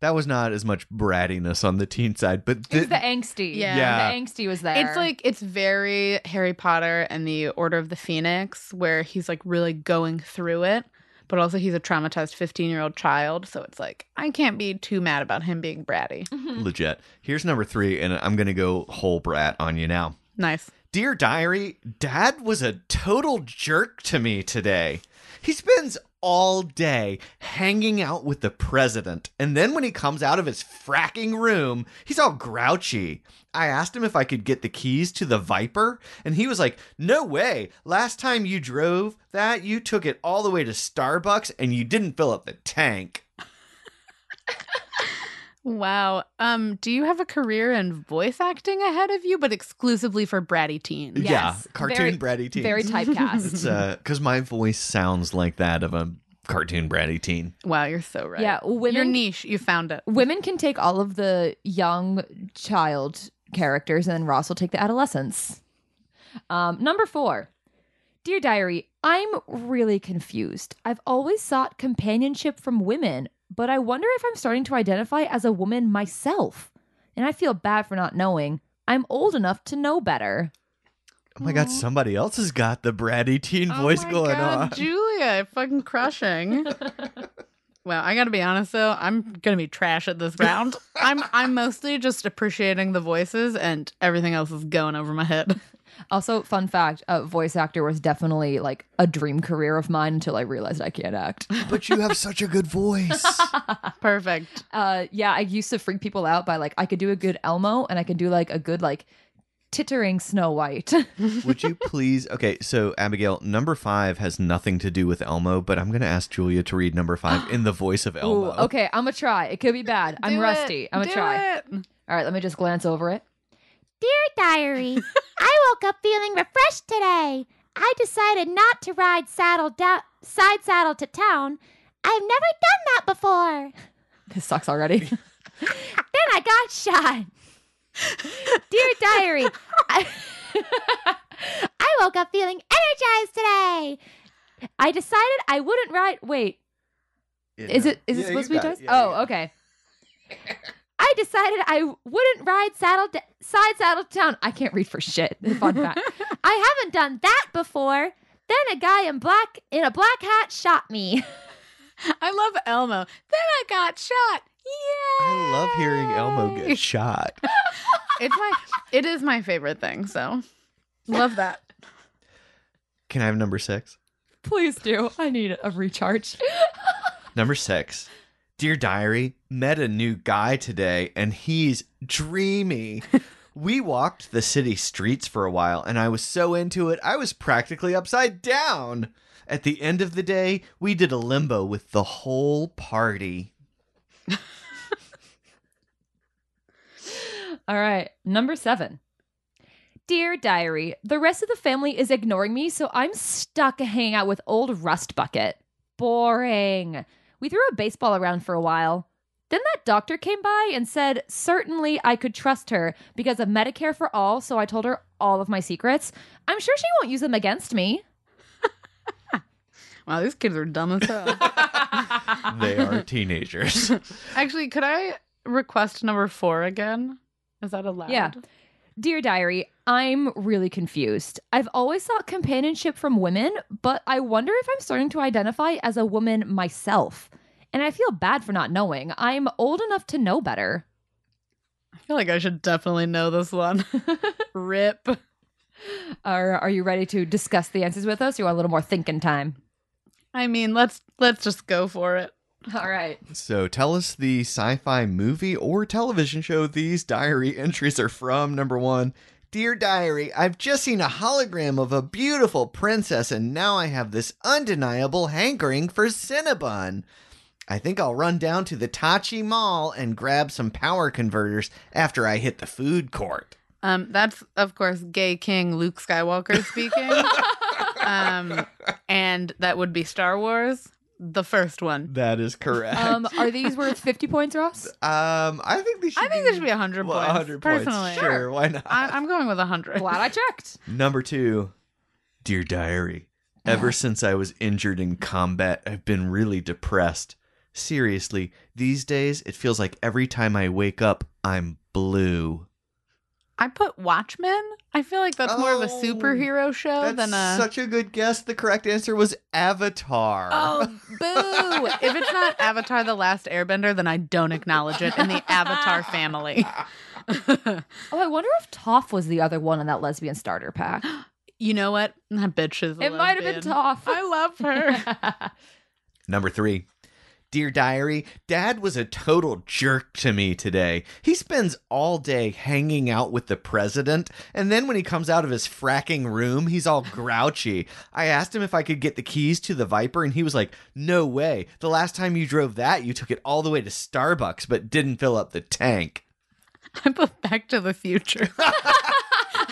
[SPEAKER 2] That was not as much brattiness on the teen side, but
[SPEAKER 1] It
[SPEAKER 2] thi-
[SPEAKER 1] was the angsty.
[SPEAKER 3] Yeah.
[SPEAKER 2] Yeah.
[SPEAKER 1] The angsty was there.
[SPEAKER 3] It's like it's very Harry Potter and the Order of the Phoenix, where he's like really going through it, but also he's a traumatized 15 year old child. So it's like, I can't be too mad about him being bratty.
[SPEAKER 1] Mm-hmm. Mm.
[SPEAKER 2] legit. Here's number three, and I'm gonna go whole brat on you now.
[SPEAKER 3] Nice.
[SPEAKER 2] Dear diary, dad was a total jerk to me today. He spends all day hanging out with the president, and then when he comes out of his fracking room, he's all grouchy. I asked him if I could get the keys to the Viper, and he was like, No way. Last time you drove that, you took it all the way to Starbucks and you didn't fill up the tank.
[SPEAKER 3] Wow. Um, do you have a career in voice acting ahead of you, but exclusively for bratty teens?
[SPEAKER 1] Yeah.
[SPEAKER 2] Yeah,
[SPEAKER 1] Yes.
[SPEAKER 2] cartoon bratty teens.
[SPEAKER 1] very typecast.
[SPEAKER 2] It's because my voice sounds like that of a cartoon bratty teen.
[SPEAKER 3] Wow, you're so right.
[SPEAKER 1] Yeah, women-
[SPEAKER 3] Your niche, you found it.
[SPEAKER 1] Women can take all of the young child characters, and then Ross will take the adolescents. Um, number four. Dear Diary, I'm really confused. I've always sought companionship from women, but I wonder if I'm starting to identify as a woman myself. And I feel bad for not knowing. I'm old enough to know better.
[SPEAKER 2] Oh my god, somebody else has got the bratty teen voice
[SPEAKER 3] oh my
[SPEAKER 2] going
[SPEAKER 3] God,
[SPEAKER 2] on.
[SPEAKER 3] Julia, fucking crushing. well, I gotta be honest though, I'm gonna be trash at this round. I'm I'm mostly just appreciating the voices and everything else is going over my head.
[SPEAKER 1] Also, fun fact uh, voice actor was definitely like a dream career of mine until I realized I can't act.
[SPEAKER 2] but you have such a good voice.
[SPEAKER 3] Perfect.
[SPEAKER 1] uh yeah i used to freak people out by like i could do a good elmo and i could do like a good like tittering snow white
[SPEAKER 2] Would you please? Okay, so Abigail, number five has nothing to do with Elmo, but I'm going to ask Julia to read number five in the voice of
[SPEAKER 1] Ooh,
[SPEAKER 2] Elmo.
[SPEAKER 1] okay i'm gonna try it could be bad i'm
[SPEAKER 3] Do it.
[SPEAKER 1] rusty i'm gonna
[SPEAKER 3] Do
[SPEAKER 1] try
[SPEAKER 3] it.
[SPEAKER 1] all right let me just glance over it
[SPEAKER 4] Dear diary, I woke up feeling refreshed today. I decided not to ride saddle down, side saddle to town. I've never done that before.
[SPEAKER 1] this sucks already
[SPEAKER 4] Then I got shot. Dear diary, I, I woke up feeling energized today.
[SPEAKER 1] i decided i wouldn't write wait
[SPEAKER 2] Yeah,
[SPEAKER 1] is
[SPEAKER 2] no.
[SPEAKER 1] it is
[SPEAKER 2] Yeah,
[SPEAKER 1] it supposed to
[SPEAKER 2] you
[SPEAKER 1] be
[SPEAKER 2] got
[SPEAKER 1] toast
[SPEAKER 2] it. Yeah,
[SPEAKER 1] oh
[SPEAKER 2] yeah.
[SPEAKER 1] okay I decided I wouldn't ride saddle d side saddle to town. I can't read for shit. Fun fact.
[SPEAKER 4] I haven't done that before. Then a guy in black in a black hat shot me.
[SPEAKER 3] I love Elmo. Then I got shot. Yeah.
[SPEAKER 2] I love hearing Elmo get shot.
[SPEAKER 3] It's my it is my favorite thing, so love that.
[SPEAKER 2] Can I have number six?
[SPEAKER 1] Please do. I need a recharge.
[SPEAKER 2] Number six. Dear Diary, met a new guy today and he's dreamy. we walked the city streets for a while and I was so into it, I was practically upside down. At the end of the day, we did a limbo with the whole party.
[SPEAKER 1] All right, number seven. Dear diary, the rest of the family is ignoring me, so I'm stuck hanging out with old Rust Bucket. Boring. We threw a baseball around for a while. Then that doctor came by and said, Certainly I could trust her because of Medicare for All, so I told her all of my secrets. I'm sure she won't use them against me.
[SPEAKER 3] Wow, these kids are dumb as hell.
[SPEAKER 2] They are teenagers.
[SPEAKER 3] Actually, could I request number four again? Is that allowed?
[SPEAKER 1] Yeah. Dear Diary, I'm really confused. I've always sought companionship from women, but I wonder if I'm starting to identify as a woman myself. And I feel bad for not knowing. I'm old enough to know better.
[SPEAKER 3] I feel like I should definitely know this one. Rip.
[SPEAKER 1] Are, are you ready to discuss the answers with us? You want a little more thinking time?
[SPEAKER 3] I mean, let's let's just go for it.
[SPEAKER 1] All right.
[SPEAKER 2] so tell us the sci fi movie or television show these diary entries are from. Number one. Dear Diary, I've just seen a hologram of a beautiful princess, and now I have this undeniable hankering for Cinnabon. I think I'll run down to the Tachi Mall and grab some power converters after I hit the food court.
[SPEAKER 3] Um, that's of course gay king Luke Skywalker speaking. um, and that would be Star Wars, the first one.
[SPEAKER 2] That is correct.
[SPEAKER 1] Um, are these worth 50 points, Ross?
[SPEAKER 2] Um, I think they should.
[SPEAKER 3] I think there should be hundred
[SPEAKER 2] well,
[SPEAKER 3] points.
[SPEAKER 2] 100 points.
[SPEAKER 3] personally.
[SPEAKER 2] Sure, why not?
[SPEAKER 3] I, I'm going with hundred.
[SPEAKER 1] Glad I checked.
[SPEAKER 2] Number two, dear diary. Ever since I was injured in combat, I've been really depressed. Seriously, these days it feels like every time I wake up, I'm blue.
[SPEAKER 3] I put Watchmen. I feel like that's more of a
[SPEAKER 2] Oh,
[SPEAKER 3] superhero show than a.
[SPEAKER 2] such a good guess. The correct answer was Avatar.
[SPEAKER 3] oh boo! if it's not Avatar: The Last Airbender, then I don't acknowledge it in the Avatar family.
[SPEAKER 1] Oh, I wonder if Toph was the other one in that lesbian starter pack.
[SPEAKER 3] you know what? That bitch is. a
[SPEAKER 1] It might have been
[SPEAKER 3] lesbian.
[SPEAKER 1] Toph.
[SPEAKER 3] I love her.
[SPEAKER 2] Number three. Dear diary, dad was a total jerk to me today. He spends all day hanging out with the president, and then when he comes out of his fracking room, he's all grouchy. I asked him if I could get the keys to the Viper, and he was like, No way. The last time you drove that, you took it all the way to Starbucks, but didn't fill up the tank.
[SPEAKER 3] I put Back to the Future.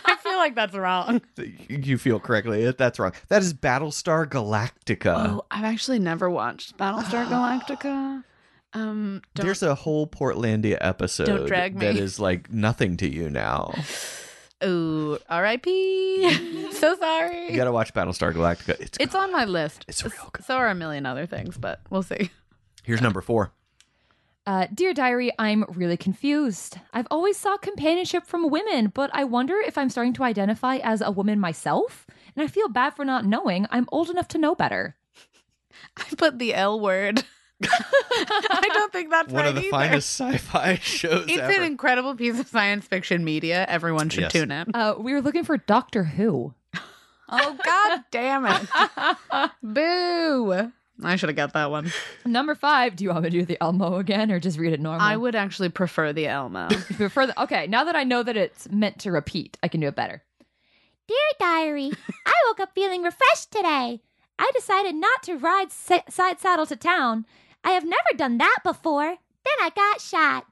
[SPEAKER 3] I feel like that's wrong.
[SPEAKER 2] You feel correctly. That's wrong. That is Battlestar Galactica.
[SPEAKER 3] oh, I've actually never watched Battlestar Galactica. Um, don't,
[SPEAKER 2] There's a whole Portlandia episode
[SPEAKER 3] drag me.
[SPEAKER 2] that is like nothing to you now.
[SPEAKER 3] Ooh, R.I.P. so sorry.
[SPEAKER 2] You got to watch Battlestar Galactica. It's,
[SPEAKER 3] it's on my list.
[SPEAKER 2] It's real good.
[SPEAKER 3] So are a million other things, but we'll see.
[SPEAKER 2] here's number four.
[SPEAKER 1] Uh, Dear Diary, I'm really confused. I've always sought companionship from women, but I wonder if I'm starting to identify as a woman myself. And I feel bad for not knowing. I'm old enough to know better.
[SPEAKER 3] I put the L word. I don't think that's
[SPEAKER 2] One
[SPEAKER 3] right
[SPEAKER 2] of the
[SPEAKER 3] either.
[SPEAKER 2] finest sci-fi shows
[SPEAKER 3] It's
[SPEAKER 2] ever.
[SPEAKER 3] an incredible piece of science fiction media. Everyone should
[SPEAKER 2] Yes.
[SPEAKER 3] tune in.
[SPEAKER 1] Uh, we were looking for Doctor Who.
[SPEAKER 3] Oh god damn it. Boo. I should have got that one.
[SPEAKER 1] Number five. Do you want me to do the Elmo again, or just read it normal?
[SPEAKER 3] I would actually prefer the Elmo.
[SPEAKER 1] If you prefer the- okay, now that I know that it's meant to repeat, I can do it better.
[SPEAKER 4] Dear diary, I woke up feeling refreshed today. I decided not to ride si- side saddle to town. I have never done that before. Then I got shot.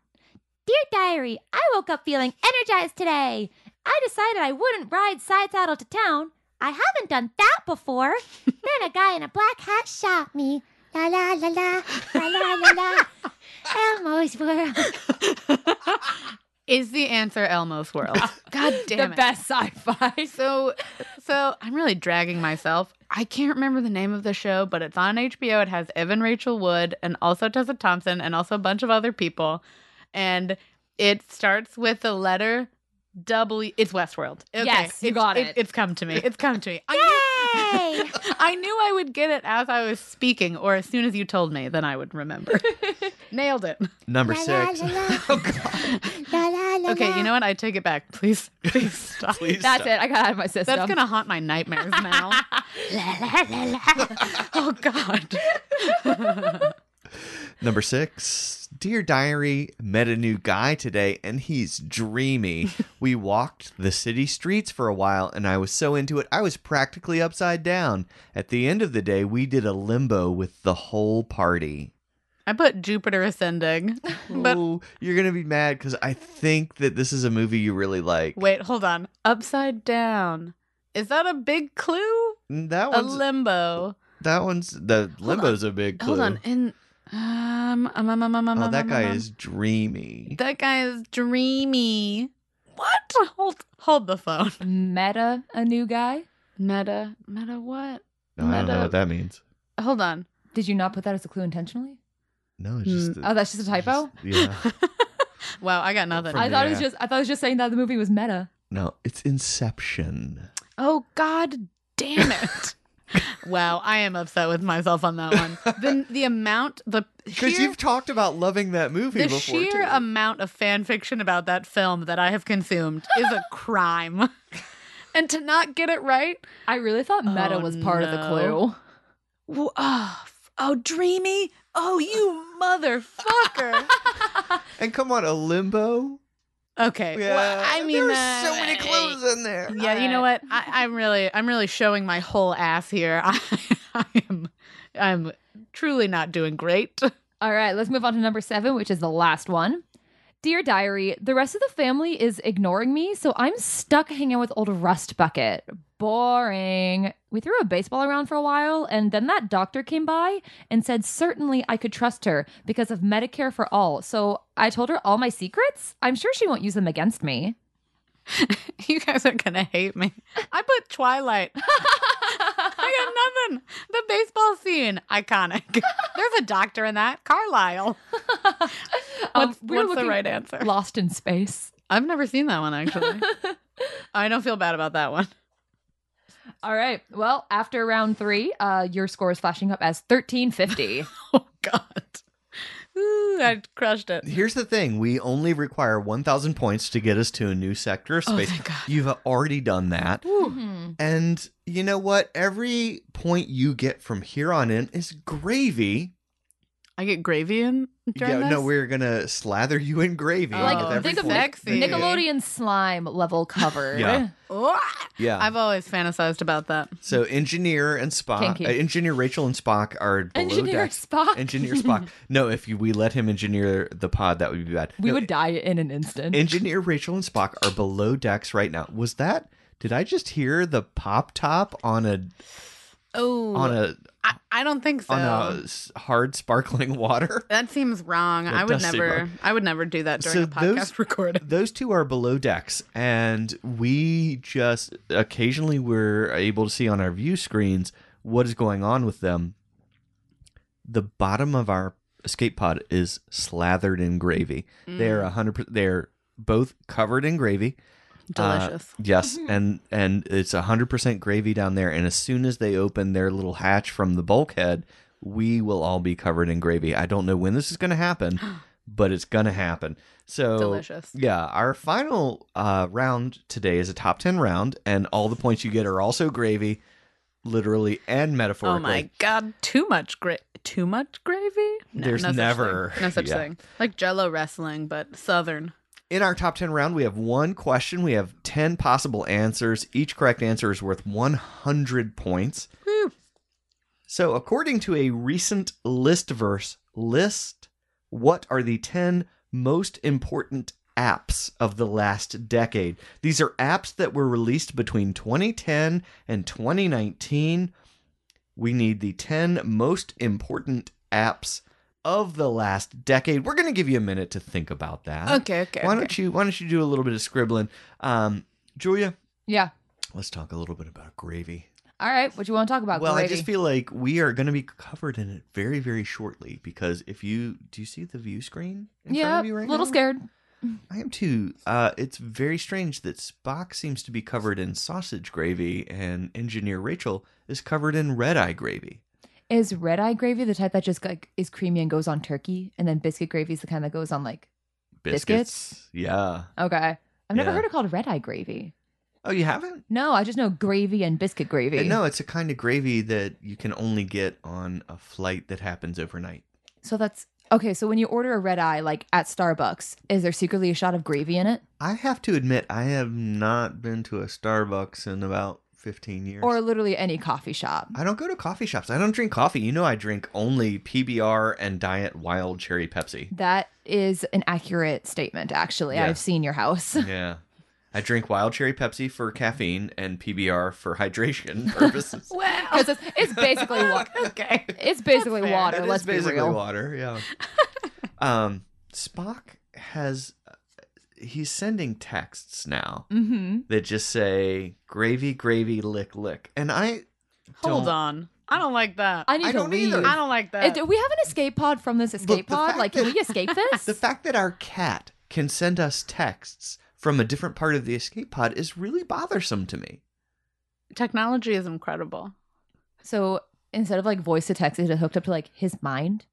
[SPEAKER 4] Dear diary, I woke up feeling energized today. I decided I wouldn't ride side saddle to town. I haven't done that before. then a guy in a black hat shot me. La la la la, la la la la. Elmo's world.
[SPEAKER 3] Is the answer Elmo's world? God damn
[SPEAKER 1] the
[SPEAKER 3] it.
[SPEAKER 1] best sci-fi.
[SPEAKER 3] So so I'm really dragging myself. I can't remember the name of the show, but it's on HBO. It has Evan Rachel Wood and also Tessa Thompson and also a bunch of other people. And it starts with the letter W. It's Westworld. Okay.
[SPEAKER 1] Yes, you
[SPEAKER 3] It's-
[SPEAKER 1] got it.
[SPEAKER 3] It's come to me. It's come to me. I knew-
[SPEAKER 4] Yay!
[SPEAKER 3] I knew I would get it as I was speaking, or as soon as you told me, then I would remember. Nailed it.
[SPEAKER 2] Number
[SPEAKER 4] La la
[SPEAKER 2] six.
[SPEAKER 4] la la.
[SPEAKER 2] Oh God!
[SPEAKER 4] La la la
[SPEAKER 3] Okay,
[SPEAKER 4] la.
[SPEAKER 3] you know what? I take it back. Please, please stop.
[SPEAKER 2] Please
[SPEAKER 1] That's
[SPEAKER 2] stop.
[SPEAKER 1] it. I got out of my system.
[SPEAKER 3] That's gonna haunt my nightmares now.
[SPEAKER 4] La la la la.
[SPEAKER 3] oh God.
[SPEAKER 2] Number six. Dear Diary, met a new guy today and he's dreamy. we walked the city streets for a while and I was so into it, I was practically upside down. At the end of the day, we did a limbo with the whole party.
[SPEAKER 3] I put Jupiter ascending. But-
[SPEAKER 2] oh, you're going to be mad because I think that this is a movie you really like.
[SPEAKER 3] Wait, hold on. Upside down. Is that a big clue?
[SPEAKER 2] that
[SPEAKER 3] A
[SPEAKER 2] one's,
[SPEAKER 3] limbo.
[SPEAKER 2] that one's, the limbo's a big clue.
[SPEAKER 3] Hold on. In um, um, um, um, um,
[SPEAKER 2] Oh,
[SPEAKER 3] um,
[SPEAKER 2] that
[SPEAKER 3] um,
[SPEAKER 2] guy
[SPEAKER 3] um,
[SPEAKER 2] is dreamy.
[SPEAKER 3] That guy is dreamy. What? Hold, hold the phone.
[SPEAKER 1] Meta, a new guy.
[SPEAKER 3] Meta, meta, what?
[SPEAKER 2] No, I don't know
[SPEAKER 3] Meta-
[SPEAKER 2] what that means.
[SPEAKER 3] Hold on.
[SPEAKER 1] Did you not put that as a clue intentionally?
[SPEAKER 2] No, it's just.
[SPEAKER 1] Oh, that's just a typo.
[SPEAKER 2] just- yeah.
[SPEAKER 3] wow, I got nothing.
[SPEAKER 2] From-
[SPEAKER 1] I thought it was
[SPEAKER 2] Yeah.
[SPEAKER 1] just. I thought it was just saying that the movie was meta.
[SPEAKER 2] No, it's Inception.
[SPEAKER 3] oh God, damn it! wow, I am upset with myself on that one. The the amount, the
[SPEAKER 2] Because
[SPEAKER 3] sheer,
[SPEAKER 2] you've talked about loving that movie
[SPEAKER 3] the
[SPEAKER 2] before.
[SPEAKER 3] sheer
[SPEAKER 2] too.
[SPEAKER 3] amount of fan fiction about that film that I have consumed is a crime. and to not get it right,
[SPEAKER 1] I really thought meta
[SPEAKER 3] Oh,
[SPEAKER 1] was part of the
[SPEAKER 3] no.
[SPEAKER 1] clue.
[SPEAKER 3] w- oh, f- oh, dreamy, oh, you motherfucker.
[SPEAKER 2] and come on, a limbo.
[SPEAKER 3] okay, well, I mean,
[SPEAKER 2] there's
[SPEAKER 3] uh,
[SPEAKER 2] so many clues in there.
[SPEAKER 3] Yeah, you know what? I, I'm really, I'm really showing my whole ass here. I, I am, I'm truly not doing great.
[SPEAKER 1] All right, let's move on to number seven, which is the last one. Dear Diary, the rest of the family is ignoring me, so I'm stuck hanging out with old Rust Bucket. Boring. We threw a baseball around for a while, and then that doctor came by and said certainly I could trust her because of Medicare for all. So I told her all my secrets. I'm sure she won't use them against me.
[SPEAKER 3] You guys are gonna hate me. I put Twilight. I got nothing. The baseball scene, iconic. There's a doctor in that, Carlisle.
[SPEAKER 1] Um,
[SPEAKER 3] What's,
[SPEAKER 1] we were
[SPEAKER 3] Um, what's the
[SPEAKER 1] looking-
[SPEAKER 3] right answer?
[SPEAKER 1] Lost in space.
[SPEAKER 3] I've never seen that one actually. I don't feel bad about that one.
[SPEAKER 1] All right. Well, after round three, uh, your score is flashing up as 1350.
[SPEAKER 3] Oh God. Ooh, I crushed it.
[SPEAKER 2] Here's the thing: we only require 1,000 points to get us to a new sector of
[SPEAKER 3] Oh,
[SPEAKER 2] space.
[SPEAKER 3] thank God.
[SPEAKER 2] You've already done that,
[SPEAKER 1] Mhm.
[SPEAKER 2] and you know what? Every point you get from here on in is gravy.
[SPEAKER 3] I get gravy in during
[SPEAKER 2] yeah,
[SPEAKER 3] this?
[SPEAKER 2] no, we're gonna slather you in gravy.
[SPEAKER 3] Oh,
[SPEAKER 2] with every
[SPEAKER 1] like think of
[SPEAKER 2] point.
[SPEAKER 3] sexy.
[SPEAKER 2] that you get.
[SPEAKER 1] Nickelodeon slime level covered.
[SPEAKER 2] Yeah.
[SPEAKER 3] Ah!
[SPEAKER 2] Yeah,
[SPEAKER 3] I've always fantasized about that.
[SPEAKER 2] so engineer and Spock,
[SPEAKER 1] Kinky.
[SPEAKER 2] uh, engineer Rachel and Spock are below
[SPEAKER 1] Engineer
[SPEAKER 2] decks.
[SPEAKER 1] Spock.
[SPEAKER 2] engineer Spock. No, if you, we let him engineer the pod, that would be bad.
[SPEAKER 1] we
[SPEAKER 2] No,
[SPEAKER 1] would die in an instant.
[SPEAKER 2] Engineer Rachel and Spock are below decks right now. Was that? Did I just hear the pop top on a
[SPEAKER 3] Oh,
[SPEAKER 2] on a
[SPEAKER 3] I, I don't think so.
[SPEAKER 2] on a s- hard sparkling water.
[SPEAKER 3] That seems wrong.
[SPEAKER 2] That
[SPEAKER 3] I would
[SPEAKER 2] does seem
[SPEAKER 3] never.
[SPEAKER 2] wrong.
[SPEAKER 3] I would never do that during
[SPEAKER 2] So
[SPEAKER 3] a podcast
[SPEAKER 2] those-
[SPEAKER 3] recording.
[SPEAKER 2] Those two are below decks, and we just occasionally we're able to see on our view screens what is going on with them. The bottom of our escape pod is slathered in gravy.
[SPEAKER 3] Mm.
[SPEAKER 2] They're uh, a hundred. per- They're both covered in gravy.
[SPEAKER 3] delicious.
[SPEAKER 2] Yes, and and it's hundred percent gravy down there. And as soon as they open their little hatch from the bulkhead, we will all be covered in gravy. I don't know when this is going to happen, but it's going to happen. So
[SPEAKER 3] delicious.
[SPEAKER 2] Yeah, our final uh, round today is a top ten round, and all the points you get are also gravy, literally and metaphorically.
[SPEAKER 3] Oh my god, too much gra- too much gravy? No,
[SPEAKER 2] There's
[SPEAKER 3] no such
[SPEAKER 2] never-
[SPEAKER 3] thing. no such
[SPEAKER 2] yeah.
[SPEAKER 3] thing. Like Jello wrestling, but southern.
[SPEAKER 2] In our top 10 round, we have one question. We have 10 possible answers. Each correct answer is worth 100 points.
[SPEAKER 3] Whew.
[SPEAKER 2] So, according to a recent Listverse list, what are the 10 most important apps of the last decade? These are apps that were released between 2010 and 2019. We need the 10 most important apps of the last decade. We're going to give you a minute to think about that.
[SPEAKER 3] Okay, okay.
[SPEAKER 2] Why
[SPEAKER 3] okay.
[SPEAKER 2] don't you Why don't you do a little bit of scribbling, um, Julia?
[SPEAKER 1] Yeah.
[SPEAKER 2] Let's talk a little bit about gravy.
[SPEAKER 1] All right. What you want to talk about?
[SPEAKER 2] well, I
[SPEAKER 1] Grady?
[SPEAKER 2] just feel like we are going to be covered in it very, very shortly because if you do you see the view screen in
[SPEAKER 1] yeah,
[SPEAKER 2] front of you right
[SPEAKER 1] little
[SPEAKER 2] now?
[SPEAKER 1] scared.
[SPEAKER 2] I am too. Uh, it's very strange that Spock seems to be covered in sausage gravy and Engineer Rachel is covered in red eye gravy.
[SPEAKER 1] Is red eye gravy the type that just like is creamy and goes on turkey, and then biscuit gravy is the kind that goes on like Biscuits?
[SPEAKER 2] Yeah.
[SPEAKER 1] okay. I've never
[SPEAKER 2] Yeah.
[SPEAKER 1] heard it called red eye gravy.
[SPEAKER 2] Oh, you haven't?
[SPEAKER 1] No, I just know gravy and biscuit gravy.
[SPEAKER 2] Uh, No, it's a kind of gravy that you can only get on a flight that happens overnight.
[SPEAKER 1] So that's okay. So when you order a red eye, like at Starbucks, is there secretly a shot of gravy in it,
[SPEAKER 2] I have to admit, I have not been to a Starbucks in about 15 years.
[SPEAKER 1] or literally any coffee shop?
[SPEAKER 2] I don't go to coffee shops. I don't drink coffee. You know, I drink only PBR and Diet Wild Cherry Pepsi.
[SPEAKER 1] That is an accurate statement. Actually,
[SPEAKER 2] Yeah.
[SPEAKER 1] I've seen your house.
[SPEAKER 2] yeah. I drink Wild Cherry Pepsi for caffeine and PBR for hydration purposes.
[SPEAKER 3] Wow.
[SPEAKER 1] Because it's, it's basically water.
[SPEAKER 3] okay.
[SPEAKER 1] It's basically
[SPEAKER 3] fair.
[SPEAKER 1] water.
[SPEAKER 2] It
[SPEAKER 1] let's
[SPEAKER 2] is
[SPEAKER 1] be
[SPEAKER 2] basically
[SPEAKER 1] real.
[SPEAKER 2] water, yeah. um, Spock has. uh, He's sending texts now
[SPEAKER 1] Mm-hmm.
[SPEAKER 2] that just say gravy, gravy, lick, lick. And I.
[SPEAKER 3] Hold
[SPEAKER 2] don't-
[SPEAKER 3] on. I don't like that. I,
[SPEAKER 1] I need
[SPEAKER 2] I
[SPEAKER 1] to
[SPEAKER 2] don't
[SPEAKER 1] leave.
[SPEAKER 2] either.
[SPEAKER 3] don't like
[SPEAKER 1] Uh,
[SPEAKER 3] that.
[SPEAKER 1] do we have an escape pod from this escape
[SPEAKER 2] the
[SPEAKER 1] pod?
[SPEAKER 2] fact
[SPEAKER 1] Like,
[SPEAKER 2] that-
[SPEAKER 1] can we escape this?
[SPEAKER 2] The fact that our cat can send us texts from a different part of the escape pod is really bothersome to me.
[SPEAKER 3] Technology is incredible.
[SPEAKER 1] so instead of like voice to text, is it hooked up to like his mind?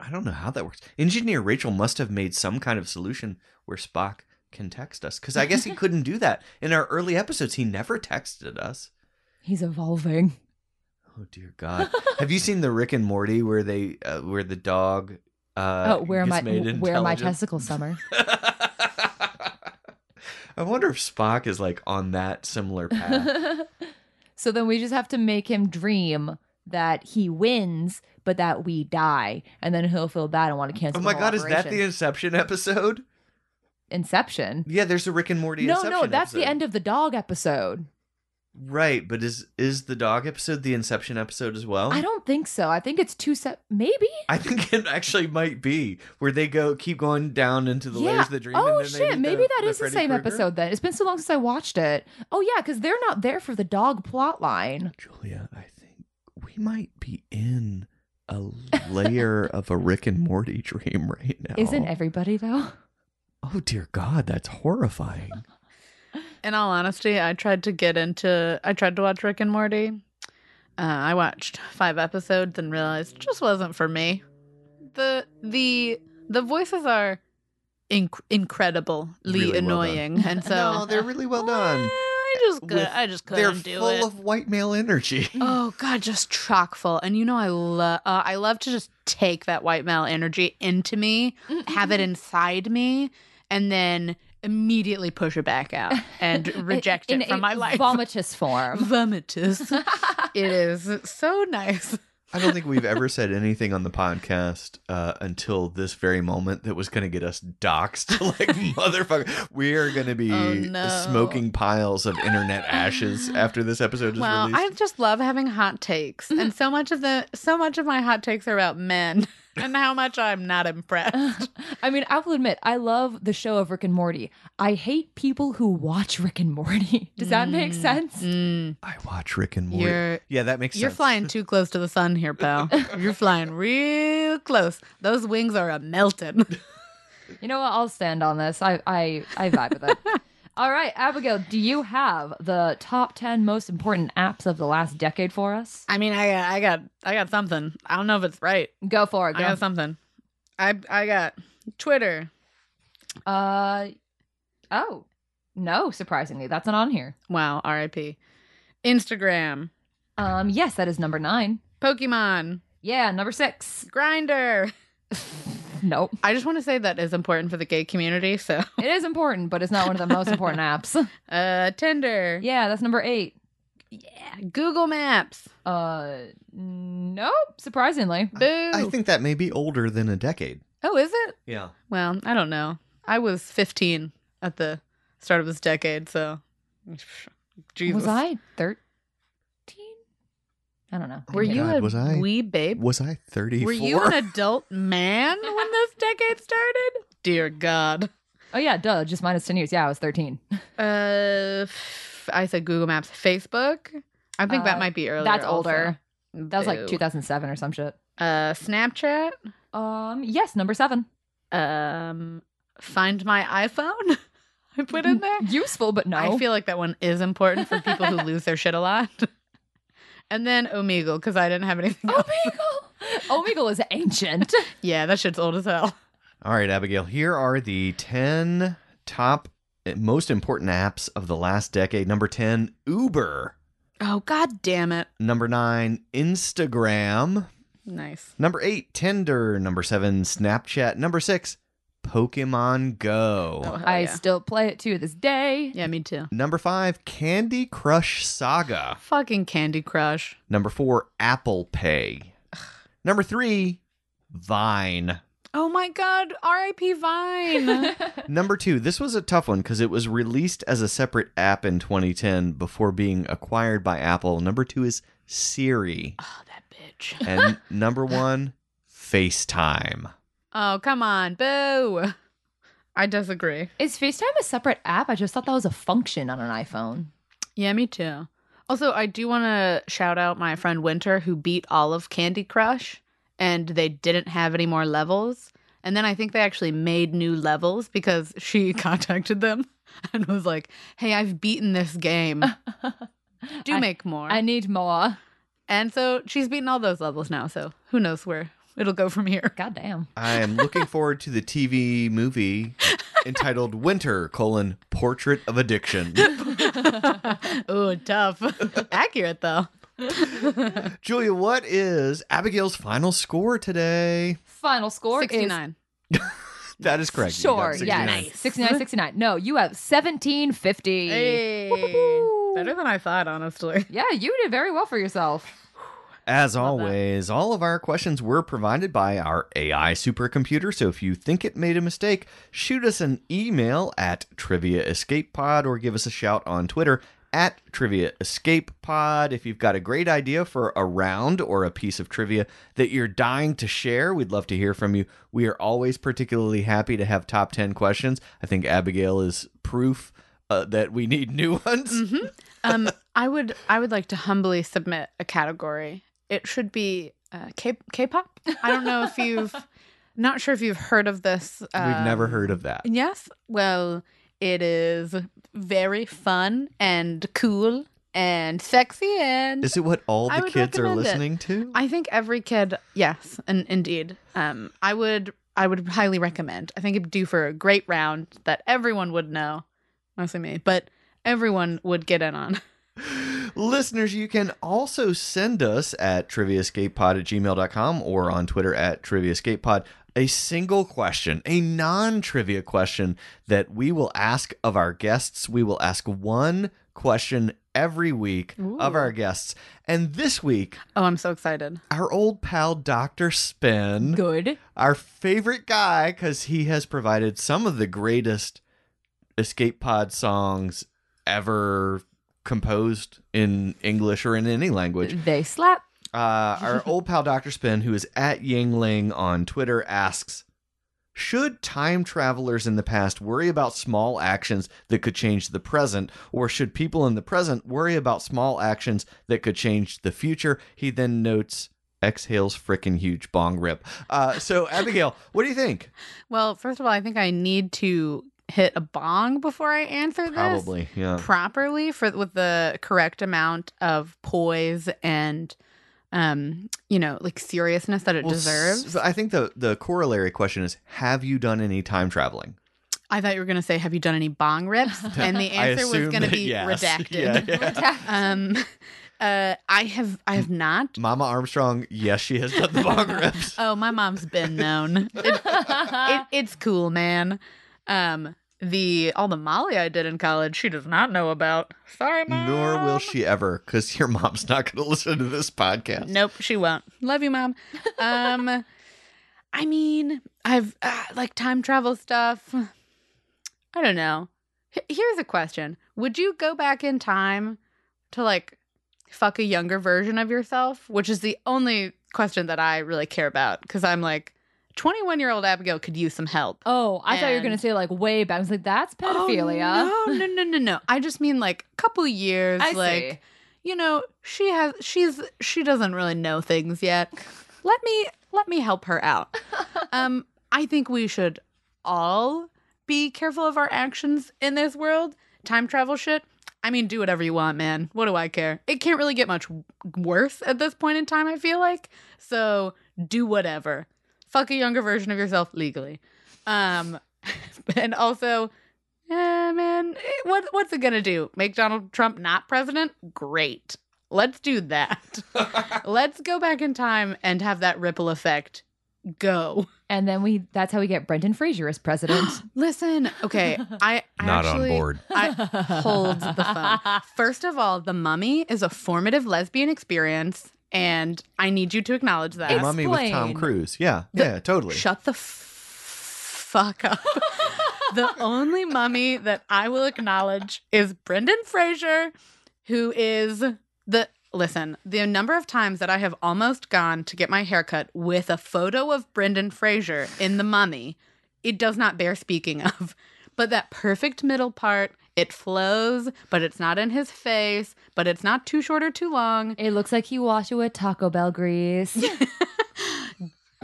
[SPEAKER 2] I don't know how that works. Engineer Rachel must have made some kind of solution where Spock can text us because I guess he couldn't do that in our early episodes. He never texted us.
[SPEAKER 1] He's evolving.
[SPEAKER 2] Oh dear God! have you seen the Rick and Morty where they uh, where the dog? Uh,
[SPEAKER 1] oh, where
[SPEAKER 2] gets
[SPEAKER 1] my
[SPEAKER 2] made
[SPEAKER 1] where my
[SPEAKER 2] intelligent?
[SPEAKER 1] testicles, Summer?
[SPEAKER 2] I wonder if Spock is like on that similar path.
[SPEAKER 1] so then we just have to make him dream that he wins, but that we die, and then he'll feel bad and want to
[SPEAKER 2] Oh
[SPEAKER 1] cancel.
[SPEAKER 2] my
[SPEAKER 1] the
[SPEAKER 2] god,
[SPEAKER 1] whole
[SPEAKER 2] is that the
[SPEAKER 1] operation.
[SPEAKER 2] Inception episode?
[SPEAKER 1] Inception?
[SPEAKER 2] Yeah, there's a Rick and Morty
[SPEAKER 1] No,
[SPEAKER 2] Inception
[SPEAKER 1] no, that's the
[SPEAKER 2] episode.
[SPEAKER 1] end of the dog episode.
[SPEAKER 2] Right, but is is the dog episode the Inception episode as well?
[SPEAKER 1] I don't think so. I think it's two set. Maybe.
[SPEAKER 2] I think it actually might be where they go keep going down into the layers of the dream.
[SPEAKER 1] Oh
[SPEAKER 2] and then they
[SPEAKER 1] shit!
[SPEAKER 2] meet
[SPEAKER 1] Maybe that
[SPEAKER 2] the
[SPEAKER 1] is the
[SPEAKER 2] Freddy
[SPEAKER 1] same
[SPEAKER 2] Krueger.
[SPEAKER 1] episode. Then it's been so long since I watched it. Oh yeah, because they're not there for the dog plot line.
[SPEAKER 2] Julia, I think we might be in a layer of a Rick and Morty dream right now.
[SPEAKER 1] Isn't everybody though?
[SPEAKER 2] Oh dear God, that's horrifying.
[SPEAKER 3] In all honesty, I tried to get into. I tried to watch Rick and Morty. Uh, I watched five episodes and realized it just wasn't for me. the the The voices are inc- incredibly
[SPEAKER 2] Really well done.
[SPEAKER 3] annoying, and so
[SPEAKER 2] no, they're really well
[SPEAKER 3] Eh,
[SPEAKER 2] done.
[SPEAKER 3] I just could,
[SPEAKER 2] With-
[SPEAKER 3] I just
[SPEAKER 2] They're
[SPEAKER 3] couldn't do
[SPEAKER 2] full
[SPEAKER 3] it.
[SPEAKER 2] of white male energy.
[SPEAKER 3] oh god, just chock full. And you know I love uh, I love to just take that white male energy into me, have
[SPEAKER 2] Mm-hmm.
[SPEAKER 3] it inside me, and then immediately push it back out and reject
[SPEAKER 1] In
[SPEAKER 3] it from
[SPEAKER 1] a
[SPEAKER 3] my life.
[SPEAKER 1] Vomitous form.
[SPEAKER 3] Vomitous. it is so nice.
[SPEAKER 2] I don't think we've ever said anything on the podcast uh, until this very moment that was going to get us doxxed. Like, motherfucker, we are going to be
[SPEAKER 3] Oh, no.
[SPEAKER 2] smoking piles of internet ashes after this episode is
[SPEAKER 3] Well, I
[SPEAKER 2] released.
[SPEAKER 3] just love having hot takes, and so much of the so much of my hot takes are about men and how much I'm not impressed.
[SPEAKER 1] I mean, I will admit, I love the show of Rick and Morty. I hate people who watch Rick and Morty. Does that make sense?
[SPEAKER 3] Mm,
[SPEAKER 2] I, watch Rick and Morty.
[SPEAKER 3] you're
[SPEAKER 2] yeah, that makes
[SPEAKER 3] you're
[SPEAKER 2] sense.
[SPEAKER 3] flying too close to the sun here, pal. You're flying real close. Those wings are a melting.
[SPEAKER 1] You know what? I'll stand on this. I I I vibe with it. All right, Abigail, do you have the top 10 most important apps of the last decade for us?
[SPEAKER 3] I mean, I got, I got, I got something. I don't know if it's right.
[SPEAKER 1] Go for it,
[SPEAKER 3] I
[SPEAKER 1] girl.
[SPEAKER 3] got something. I, I got Twitter.
[SPEAKER 1] Uh Oh. No, surprisingly, that's not on here.
[SPEAKER 3] Wow, R.I.P. Instagram,
[SPEAKER 1] Um yes, that is number 9.
[SPEAKER 3] Pokemon,
[SPEAKER 1] Yeah, number 6.
[SPEAKER 3] Grinder.
[SPEAKER 1] Nope.
[SPEAKER 3] I just want to say that is important for the gay community. So,
[SPEAKER 1] It is important, but it's not one of the most important apps.
[SPEAKER 3] uh, Tinder,
[SPEAKER 1] Yeah, that's number 8.
[SPEAKER 3] Google Maps,
[SPEAKER 1] Uh nope, surprisingly.
[SPEAKER 3] Boo.
[SPEAKER 2] I think that may be older than a decade.
[SPEAKER 3] oh, is it?
[SPEAKER 2] Yeah.
[SPEAKER 3] Well, I don't know. I was 15 at the start of this decade, so Jesus.
[SPEAKER 1] Was I 13? I don't know.
[SPEAKER 2] Oh
[SPEAKER 3] Were
[SPEAKER 2] my
[SPEAKER 3] you
[SPEAKER 2] God,
[SPEAKER 3] a
[SPEAKER 2] was I-
[SPEAKER 3] wee babe?
[SPEAKER 2] Was I 34?
[SPEAKER 3] Were you an adult man when this decade started? Dear God.
[SPEAKER 1] Oh yeah, duh, just minus 10 years. Yeah, I was 13.
[SPEAKER 3] Uh, f- I said Google Maps, Facebook. I
[SPEAKER 1] Uh,
[SPEAKER 3] think that might be earlier.
[SPEAKER 1] That's
[SPEAKER 3] also.
[SPEAKER 1] older. That was like
[SPEAKER 3] Boo.
[SPEAKER 1] 2007 or some shit.
[SPEAKER 3] Uh, Snapchat.
[SPEAKER 1] Um, yes, number 7.
[SPEAKER 3] Um, Find My iPhone. I put in there.
[SPEAKER 1] Useful, but no.
[SPEAKER 3] I feel like that one is important for people who lose their shit a lot. And then Omegle, because I didn't have anything. else.
[SPEAKER 1] Omegle. Omegle is ancient.
[SPEAKER 3] Yeah, that shit's old as hell.
[SPEAKER 2] All right, Abigail, here are the 10 top uh, most important apps of the last decade. Number 10, Uber.
[SPEAKER 3] Oh god damn it!
[SPEAKER 2] Number 9, Instagram.
[SPEAKER 3] Nice.
[SPEAKER 2] Number 8, Tinder. Number 7, Snapchat. Number 6, Pokemon Go.
[SPEAKER 3] Oh, hell
[SPEAKER 1] I
[SPEAKER 3] yeah.
[SPEAKER 1] still play it to this day.
[SPEAKER 3] yeah, me too.
[SPEAKER 2] Number 5, Candy Crush Saga.
[SPEAKER 3] Fucking Candy Crush.
[SPEAKER 2] Number 4, Apple Pay. Number 3, Vine.
[SPEAKER 3] Oh my god, R.I.P. Vine. Oh,
[SPEAKER 2] Number two, this was a tough one because it was released as a separate app in 2010 before being acquired by Apple. Number two is Siri.
[SPEAKER 3] oh, that bitch.
[SPEAKER 2] And number one, FaceTime.
[SPEAKER 3] Oh, come on. Boo. I disagree.
[SPEAKER 1] Is FaceTime a separate app? I just thought that was a function on an iPhone.
[SPEAKER 3] Yeah, me too. Also, I do want to shout out my friend Winter who beat all of Candy Crush and they didn't have any more levels. And then I think they actually made new levels because she contacted them and was like, "Hey, I've beaten this game. Do
[SPEAKER 1] I-
[SPEAKER 3] make more."
[SPEAKER 1] I need more.
[SPEAKER 3] and so she's beaten all those levels now, so who knows where it'll go from here.
[SPEAKER 1] God damn.
[SPEAKER 2] I am looking forward to the TV movie entitled Winter, colon, Portrait of Addiction.
[SPEAKER 3] oh, tough. Accurate though.
[SPEAKER 2] Julia, what is Abigail's final score today?
[SPEAKER 1] Final score
[SPEAKER 3] 69.
[SPEAKER 2] That is
[SPEAKER 1] is
[SPEAKER 2] correct. You got
[SPEAKER 1] sure.
[SPEAKER 2] 69.
[SPEAKER 1] Yes. 69 69. No, you have 1750.
[SPEAKER 3] Hey. Better than I thought, honestly.
[SPEAKER 1] Yeah, you did very well for yourself.
[SPEAKER 2] As
[SPEAKER 3] that.
[SPEAKER 2] always, all of our questions were provided by our AI supercomputer. So if you think it made a mistake, shoot us an email at Trivia Escape Pod or give us a shout on Twitter at Trivia Escape Pod. If you've got a great idea for a round or a piece of trivia that you're dying to share, we'd love to hear from you. We are always particularly happy to have top 10 questions. I think Abigail is proof uh, that we need new ones.
[SPEAKER 3] Um, I would, I would like to humbly submit a category. It should be uh, K- K-pop. I don't know if you've, not sure if you've heard of this.
[SPEAKER 2] We've never
[SPEAKER 3] um,
[SPEAKER 2] heard of that.
[SPEAKER 3] Yes. Well, it is very fun and cool and sexy and.
[SPEAKER 2] Is it what all
[SPEAKER 3] I
[SPEAKER 2] the
[SPEAKER 3] would
[SPEAKER 2] kids are
[SPEAKER 3] recommend it.
[SPEAKER 2] listening to?
[SPEAKER 3] I think every kid, yes, and indeed, um, I would, I would highly recommend. I think it'd do for a great round that everyone would know, mostly me, but everyone would get in on.
[SPEAKER 2] Listeners, you can also send us at triviaescapepod at gmail.com or on Twitter at triviaescapepod a single question, a non trivia question that we will ask of our guests. We will ask one question every week of
[SPEAKER 1] Ooh.
[SPEAKER 2] our guests. And this week,
[SPEAKER 3] Oh, I'm so excited.
[SPEAKER 2] our old pal, Dr. Spin
[SPEAKER 1] Good.
[SPEAKER 2] our favorite guy because he has provided some of the greatest escape pod songs ever composed in English or in any language.
[SPEAKER 1] They slap.
[SPEAKER 2] Uh, our old pal Dr. Spin, who is at Yingling on Twitter, asks Should time travelers in the past worry about small actions that could change the present, or should people in the present worry about small actions that could change the future? He then notes, exhales frickin' huge bong rip. Uh, so, Abigail, what do you think?
[SPEAKER 3] Well, first of all, I think I need to hit a bong before I answer this.
[SPEAKER 2] Probably, yeah.
[SPEAKER 3] properly for with the correct amount of poise and um you know like seriousness that it
[SPEAKER 2] Well, s-
[SPEAKER 3] deserves
[SPEAKER 2] I think the, the corollary question is Have you done any time traveling?
[SPEAKER 3] i thought you were going to say have you done any bong rips and the
[SPEAKER 2] I
[SPEAKER 3] answer was
[SPEAKER 2] assume
[SPEAKER 3] going to
[SPEAKER 2] that
[SPEAKER 3] be
[SPEAKER 2] yes.
[SPEAKER 3] redacted
[SPEAKER 2] Yeah, yeah.
[SPEAKER 3] um uh i have i have not
[SPEAKER 2] Mama Armstrong, yes, she has done the bong rips.
[SPEAKER 3] oh my mom's been known it, it, it's cool man um the all the molly i did in college she does not know about sorry mom
[SPEAKER 2] Nor will she ever, because your mom's not going to listen to this podcast.
[SPEAKER 3] Nope, she won't. Love you, mom. Um, I mean, I've uh, like time travel stuff. I don't know. H- here's a question: Would you go back in time to like fuck a younger version of yourself? Which is the only question that I really care about because I'm like, 21 year old Abigail could use some help.
[SPEAKER 1] Oh, I thought you were gonna
[SPEAKER 3] And-
[SPEAKER 1] say like way back. I was like, that's pedophilia.
[SPEAKER 3] Oh, no, no, no, no, no. I just mean like a couple years.
[SPEAKER 1] I
[SPEAKER 3] like,
[SPEAKER 1] see.
[SPEAKER 3] you know she has she's she doesn't really know things yet let me let me help her out um i think we should all be careful of our actions in this world time travel shit i mean do whatever you want man what do i care it can't really get much w- worse at this point in time i feel like so do whatever fuck a younger version of yourself legally um and also Eh, man, eh, what what's it gonna do? Make Donald Trump not president? Great. Let's do that. Let's go back in time and have that ripple effect. Go.
[SPEAKER 1] And then we that's how we get Brendan Fraser as president.
[SPEAKER 3] Listen, okay, I, I actually, I hold the phone. First of all, the mummy is a formative lesbian experience, and I need you to acknowledge that.
[SPEAKER 2] The mummy with Tom
[SPEAKER 1] Explain.
[SPEAKER 2] Cruise. Yeah,
[SPEAKER 3] The-
[SPEAKER 2] yeah, totally.
[SPEAKER 3] Shut the f- fuck up. the only mummy that I will acknowledge is Brendan Fraser, who is the listen. The number of times that I have almost gone to get my haircut with a photo of Brendan Fraser in the mummy, it does not bear speaking of. But that perfect middle part, it flows, but it's not in his face, but it's not too short or too long.
[SPEAKER 1] It looks like he washed it with Taco Bell grease.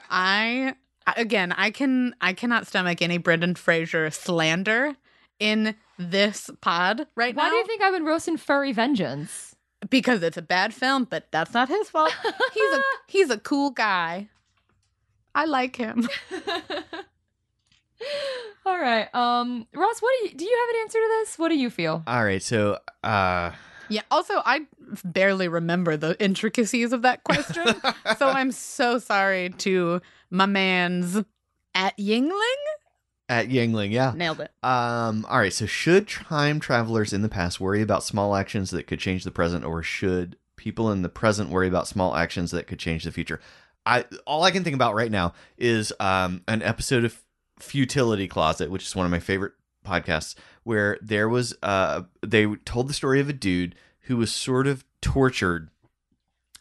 [SPEAKER 3] I I- again, I can I cannot stomach any Brendan Fraser slander in this pod right
[SPEAKER 1] Why
[SPEAKER 3] now
[SPEAKER 1] do you think I've been roasting furry vengeance?
[SPEAKER 3] because it's a bad film, but that's not his fault. he's a he's a cool guy. I like him.
[SPEAKER 1] All right. Um Ross, what do you do you have an answer to this? What do you feel?
[SPEAKER 2] All right, so uh,
[SPEAKER 3] Yeah. Also, I barely remember the intricacies of that question, so I'm so sorry to my man's at Yingling.
[SPEAKER 2] at Yingling, yeah.
[SPEAKER 3] Nailed it.
[SPEAKER 2] Um, all right, so should time travelers in the past worry about small actions that could change the present, or should people in the present worry about small actions that could change the future? I all I can think about right now is um, an episode of Futility Closet, which is one of my favorite podcasts, where there was uh, they told the story of a dude who was sort of tortured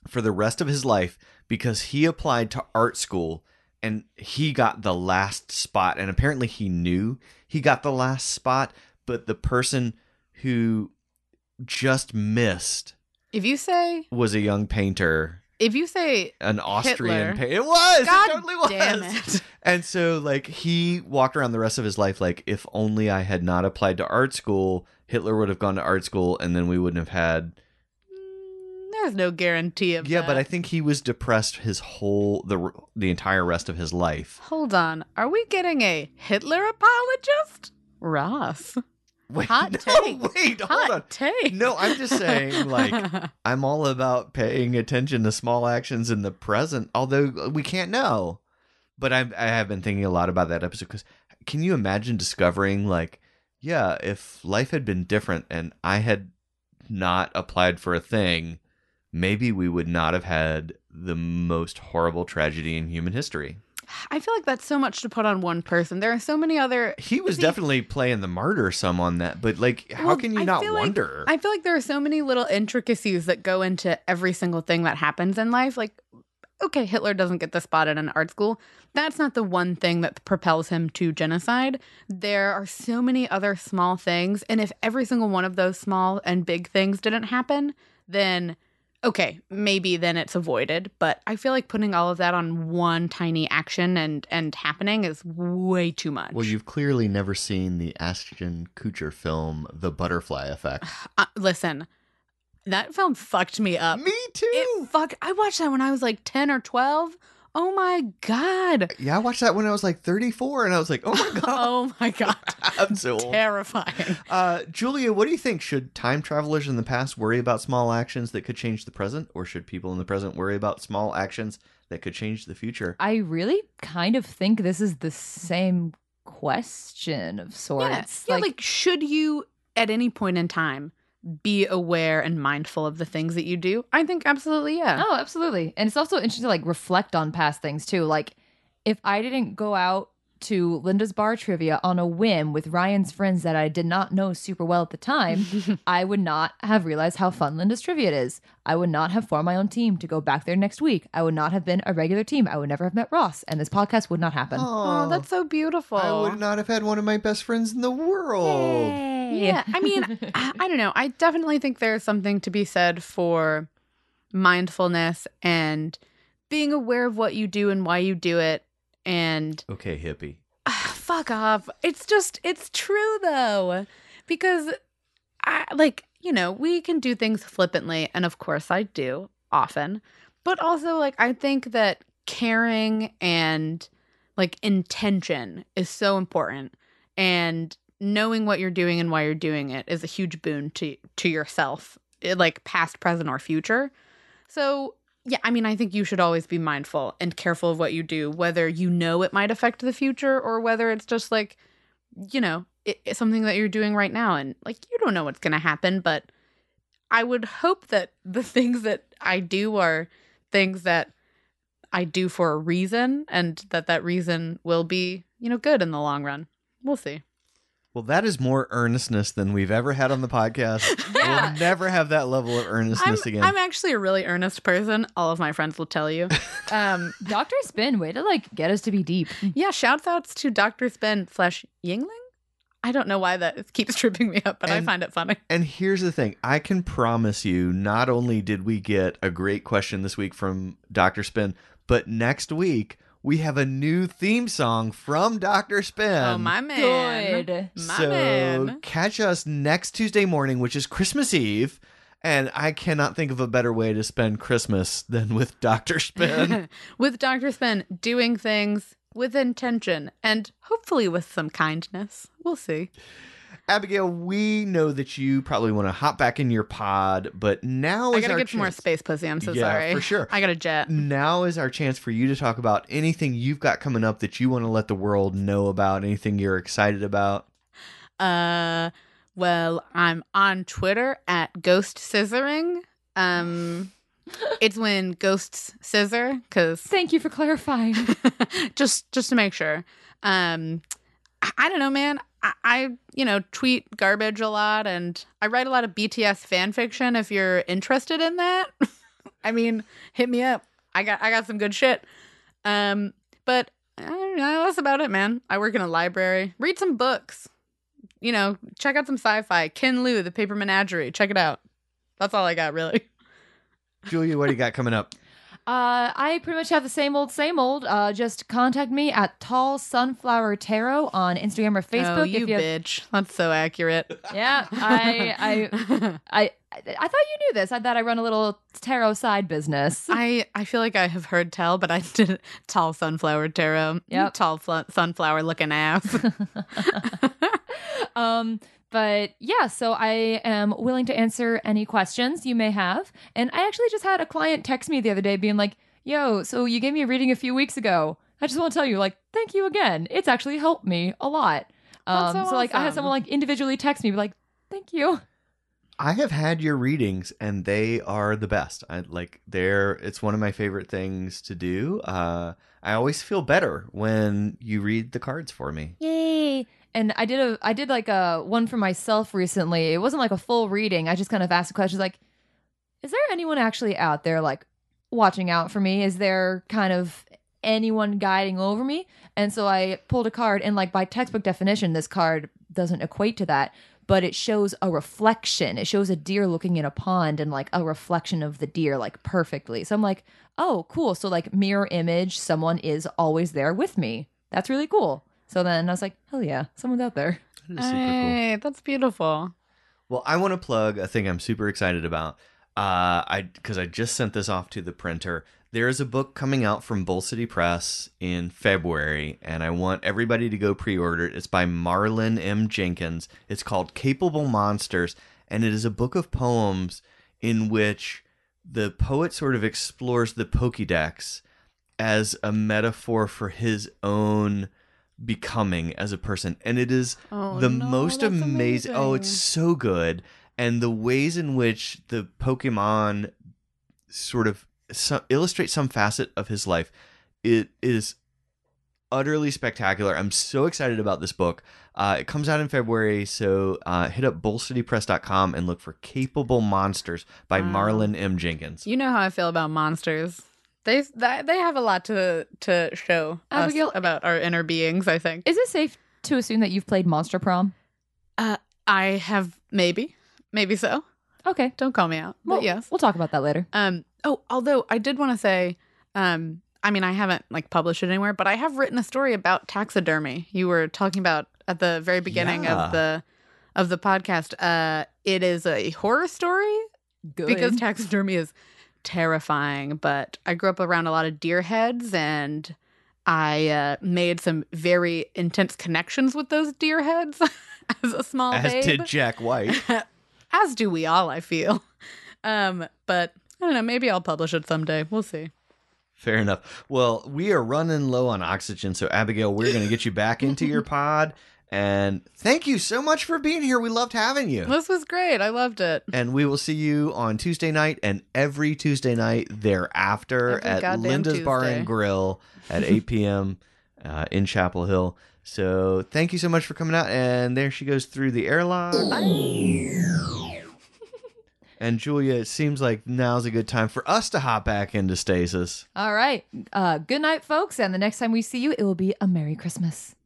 [SPEAKER 2] for the rest of his life because he applied to art school and he got the last spot and apparently he knew he got the last spot but the person who just missed
[SPEAKER 3] If you say
[SPEAKER 2] was a young painter
[SPEAKER 3] if you say
[SPEAKER 2] an austrian
[SPEAKER 3] Hitler.
[SPEAKER 2] painter it was
[SPEAKER 3] God
[SPEAKER 2] it totally was
[SPEAKER 3] damn it.
[SPEAKER 2] and so like he walked around the rest of his life like if only i had not applied to art school hitler would have gone to art school and then we wouldn't have had
[SPEAKER 3] mm, there's no guarantee of
[SPEAKER 2] yeah
[SPEAKER 3] that.
[SPEAKER 2] but i think he was depressed his whole the the entire rest of his life
[SPEAKER 3] Hold on. Are we getting a Hitler apologist? Ross.
[SPEAKER 2] Wait,
[SPEAKER 3] Hot
[SPEAKER 2] no,
[SPEAKER 3] take.
[SPEAKER 2] Wait, hold on.
[SPEAKER 3] Hot take.
[SPEAKER 2] No, I'm just saying, like, I'm all about paying attention to small actions in the present, although uh, we can't know. But I've, I have been thinking a lot about that episode because can you imagine discovering, like, yeah, if life had been different and I had not applied for a thing, maybe we would not have had the most horrible tragedy in human history.
[SPEAKER 3] I feel like that's so much to put on one person. There are so many other
[SPEAKER 2] He was
[SPEAKER 3] See-
[SPEAKER 2] definitely playing the martyr some on that, but like, how
[SPEAKER 3] Well,
[SPEAKER 2] can you
[SPEAKER 3] I
[SPEAKER 2] not
[SPEAKER 3] feel like-
[SPEAKER 2] wonder?
[SPEAKER 3] I feel like there are so many little intricacies that go into every single thing that happens in life. Like, okay, Hitler doesn't get the spot in an art school. That's not the one thing that propels him to genocide. There are so many other small things. And if every single one of those small and big things didn't happen, then okay, maybe then it's avoided. But I feel like putting all of that on one tiny action and and happening is way too much.
[SPEAKER 2] Well, you've clearly never seen the Ashton Kutcher film, The Butterfly Effect.
[SPEAKER 3] uh, listen, that film fucked me up.
[SPEAKER 2] Me too.
[SPEAKER 3] Uh, It fuck. I watched that when I was like ten or twelve. Oh my god.
[SPEAKER 2] yeah, I watched that when I was like 34, and I was like, oh my god,
[SPEAKER 3] Oh my god.
[SPEAKER 2] I'm so old.
[SPEAKER 3] Terrifying.
[SPEAKER 2] Uh, Julia, what do you think? Should time travelers in the past worry about small actions that could change the present, or should people in the present worry about small actions that could change the future?
[SPEAKER 1] I really kind of think this is the same question of
[SPEAKER 3] Yeah.
[SPEAKER 1] sorts.
[SPEAKER 3] yeah. Like, should you at any point in time be aware and mindful of the things that you do? I think absolutely yeah.
[SPEAKER 1] Oh, absolutely. And it's also interesting to like reflect on past things too. Like if I didn't go out to Linda's bar trivia on a whim with Ryan's friends that I did not know super well at the
[SPEAKER 2] Oh,
[SPEAKER 1] time, I would not have realized how fun Linda's trivia is. I would not have formed my own team to go back there next week. I would not have been a regular team. I would never have met Ross, and this podcast would not happen.
[SPEAKER 3] Oh, that's so beautiful.
[SPEAKER 2] I would not have had one of my best friends in the world.
[SPEAKER 3] Yeah. I mean, I, I don't know. I definitely think there's something to be said for mindfulness and being aware of what you do and why you do it. And
[SPEAKER 2] Okay, hippie.
[SPEAKER 3] ah, fuck off. It's just, it's true though. Because, I, like, you know, we can do things flippantly. And of course, I do often. But also, like, I think that caring and like intention is so important. And knowing what you're doing and why you're doing it is a huge boon to to yourself, eh, like past, present, or future. So yeah, I mean, I think you should always be mindful and careful of what you do, whether you know it might affect the future or whether it's just like, you know, it, it's something that you're doing right now. And like, you don't know what's going to happen, but I would hope that the things that I do are things that I do for a reason and that that reason will be, you know, good in the long run. We'll see.
[SPEAKER 2] Well, that is more earnestness than we've ever had on the podcast.
[SPEAKER 1] Yeah.
[SPEAKER 2] We'll never have that level of
[SPEAKER 3] I'm,
[SPEAKER 2] earnestness again.
[SPEAKER 3] I'm actually a really earnest person. All of my friends will tell you. Um,
[SPEAKER 1] Dr. Spin, way to like get us to be deep.
[SPEAKER 3] yeah, shouts outs to Dr. Spin slash Yingling. I don't know why that keeps tripping me up, but
[SPEAKER 2] And-
[SPEAKER 3] I find it funny.
[SPEAKER 2] And here's the thing I can promise you, not only did we get a great question this week from Dr. Spin, but next week we have a new theme song from Dr. Spin.
[SPEAKER 3] oh, my man.
[SPEAKER 1] Good.
[SPEAKER 3] My
[SPEAKER 2] um, so
[SPEAKER 3] man.
[SPEAKER 2] catch us next Tuesday morning, which is Christmas Eve. And I cannot think of a better way to spend Christmas than with Dr. Spin.
[SPEAKER 3] with Dr. Spin doing things with intention and hopefully with some kindness. We'll see.
[SPEAKER 2] Abigail, we know that you probably want to hop back in your pod, but now
[SPEAKER 3] I
[SPEAKER 2] is
[SPEAKER 3] gotta
[SPEAKER 2] our
[SPEAKER 3] get some more
[SPEAKER 2] chance-
[SPEAKER 3] space pussy. I'm so
[SPEAKER 2] Yeah,
[SPEAKER 3] sorry.
[SPEAKER 2] for sure.
[SPEAKER 3] I got a jet.
[SPEAKER 2] now is our chance for you to talk about anything you've got coming up that you want to let the world know about, anything you're excited about.
[SPEAKER 3] Uh, well, I'm on Twitter at Ghost Scissoring. Um, it's when ghosts scissor, cause
[SPEAKER 1] Thank you for clarifying.
[SPEAKER 3] just just to make sure. Um, I, I don't know, man. I, I you know tweet garbage a lot, and I write a lot of BTS fan fiction. If you're interested in that, I mean, hit me up. I got I got some good shit. Um, but I don't know, that's about it, man. I work in a library. Read some books. You know, check out some sci-fi. Ken Liu, The Paper Menagerie. Check it out. That's all I got, really.
[SPEAKER 2] Julia, what do you got coming up?
[SPEAKER 1] Uh, I pretty much have the same old, same old. Uh, just contact me at Tall Sunflower Tarot on Instagram or Facebook.
[SPEAKER 3] oh, you,
[SPEAKER 1] if you
[SPEAKER 3] bitch. That's so accurate.
[SPEAKER 1] yeah, I, I, I, I thought you knew this. I thought I run a little tarot side business.
[SPEAKER 3] I, I feel like I have heard tell, but I didn't. Tall sunflower tarot. Mm, You
[SPEAKER 1] Yep.
[SPEAKER 3] Tall fl- sunflower looking ass.
[SPEAKER 1] um, But yeah, so I am willing to answer any questions you may have. And I actually just had a client text me the other day being like, yo, so you gave me a reading a few weeks ago. I just want to tell you, like, thank you again. It's actually helped me a lot. Um,
[SPEAKER 3] That's so
[SPEAKER 1] so, like, I had
[SPEAKER 3] awesome.
[SPEAKER 1] someone like individually text me, be like, thank you.
[SPEAKER 2] I have had your readings and they are the best. I like they're it's one of my favorite things to do. Uh I always feel better when you read the cards for me.
[SPEAKER 4] Yay.
[SPEAKER 1] and I did a I did like a one for myself recently. It wasn't like a full reading. I just kind of asked questions like, is there anyone actually out there like watching out for me? Is there kind of anyone guiding over me? And so I pulled a card and like by textbook definition, this card doesn't equate to that, but it shows a reflection. It shows a deer looking in a pond and like a reflection of the deer like perfectly. So I'm like, oh, cool. So like mirror image, someone is always there with me. That's really cool. So then I was like, hell yeah, someone's out there.
[SPEAKER 2] That is super cool.
[SPEAKER 3] Hey, that's beautiful.
[SPEAKER 2] Well, I want to plug a thing I'm super excited about. Uh, I because I just sent this off to the printer. There is a book coming out from Bull City Press in February, and I want everybody to go pre-order it. It's by Marlon M. Jenkins. It's called Capable Monsters, and it is a book of poems in which the poet sort of explores the Pokédex as a metaphor for his own becoming as a person, and it is
[SPEAKER 3] Oh,
[SPEAKER 2] the
[SPEAKER 3] no,
[SPEAKER 2] most
[SPEAKER 3] that's
[SPEAKER 2] amazing. Oh, it's so good. And the ways in which the Pokemon sort of so- illustrate some facet of his life, it is utterly spectacular. I'm so excited about this book. Uh, it comes out in February, so uh, hit up bullcitypress.com and look for Capable Monsters by
[SPEAKER 3] Wow.
[SPEAKER 2] Marlon M. Jenkins.
[SPEAKER 3] You know how I feel about monsters. They th- they have a lot to to show
[SPEAKER 1] Abigail-
[SPEAKER 3] us about our inner beings. I think
[SPEAKER 1] Is it safe to assume that you've played Monster Prom?
[SPEAKER 3] I have maybe maybe so.
[SPEAKER 1] Okay.
[SPEAKER 3] Don't call me out.
[SPEAKER 1] Well,
[SPEAKER 3] but yes.
[SPEAKER 1] We'll talk about that later.
[SPEAKER 3] Um. Oh, although I did want to say, um, I mean, I haven't like published it anywhere, but I have written a story about taxidermy. You were talking about at the very beginning
[SPEAKER 2] Yeah.
[SPEAKER 3] of the of the podcast. Uh, it is a horror story
[SPEAKER 1] Good.
[SPEAKER 3] because taxidermy is terrifying. But I grew up around a lot of deer heads, and I uh, made some very intense connections with those deer heads as a small
[SPEAKER 2] As
[SPEAKER 3] babe.
[SPEAKER 2] did Jack White.
[SPEAKER 3] As do we all, I feel. Um, but I don't know. Maybe I'll publish it someday. We'll see.
[SPEAKER 2] Fair enough. Well, we are running low on oxygen, so Abigail, we're going to get you back into your pod. And thank you so much for being here. We loved having you.
[SPEAKER 3] This was great. I loved it.
[SPEAKER 2] And we will see you on Tuesday night and every Tuesday night thereafter
[SPEAKER 3] Every
[SPEAKER 2] at
[SPEAKER 3] goddamn
[SPEAKER 2] Linda's Bar
[SPEAKER 3] Tuesday.
[SPEAKER 2] and Grill at 8 p.m. Uh, in Chapel Hill. So thank you so much for coming out. And there she goes through the airlock. and Julia, it seems like now's a good time for us to hop back into stasis.
[SPEAKER 1] All right. Uh, good night, folks. And the next time we see you, it will be a Merry Christmas.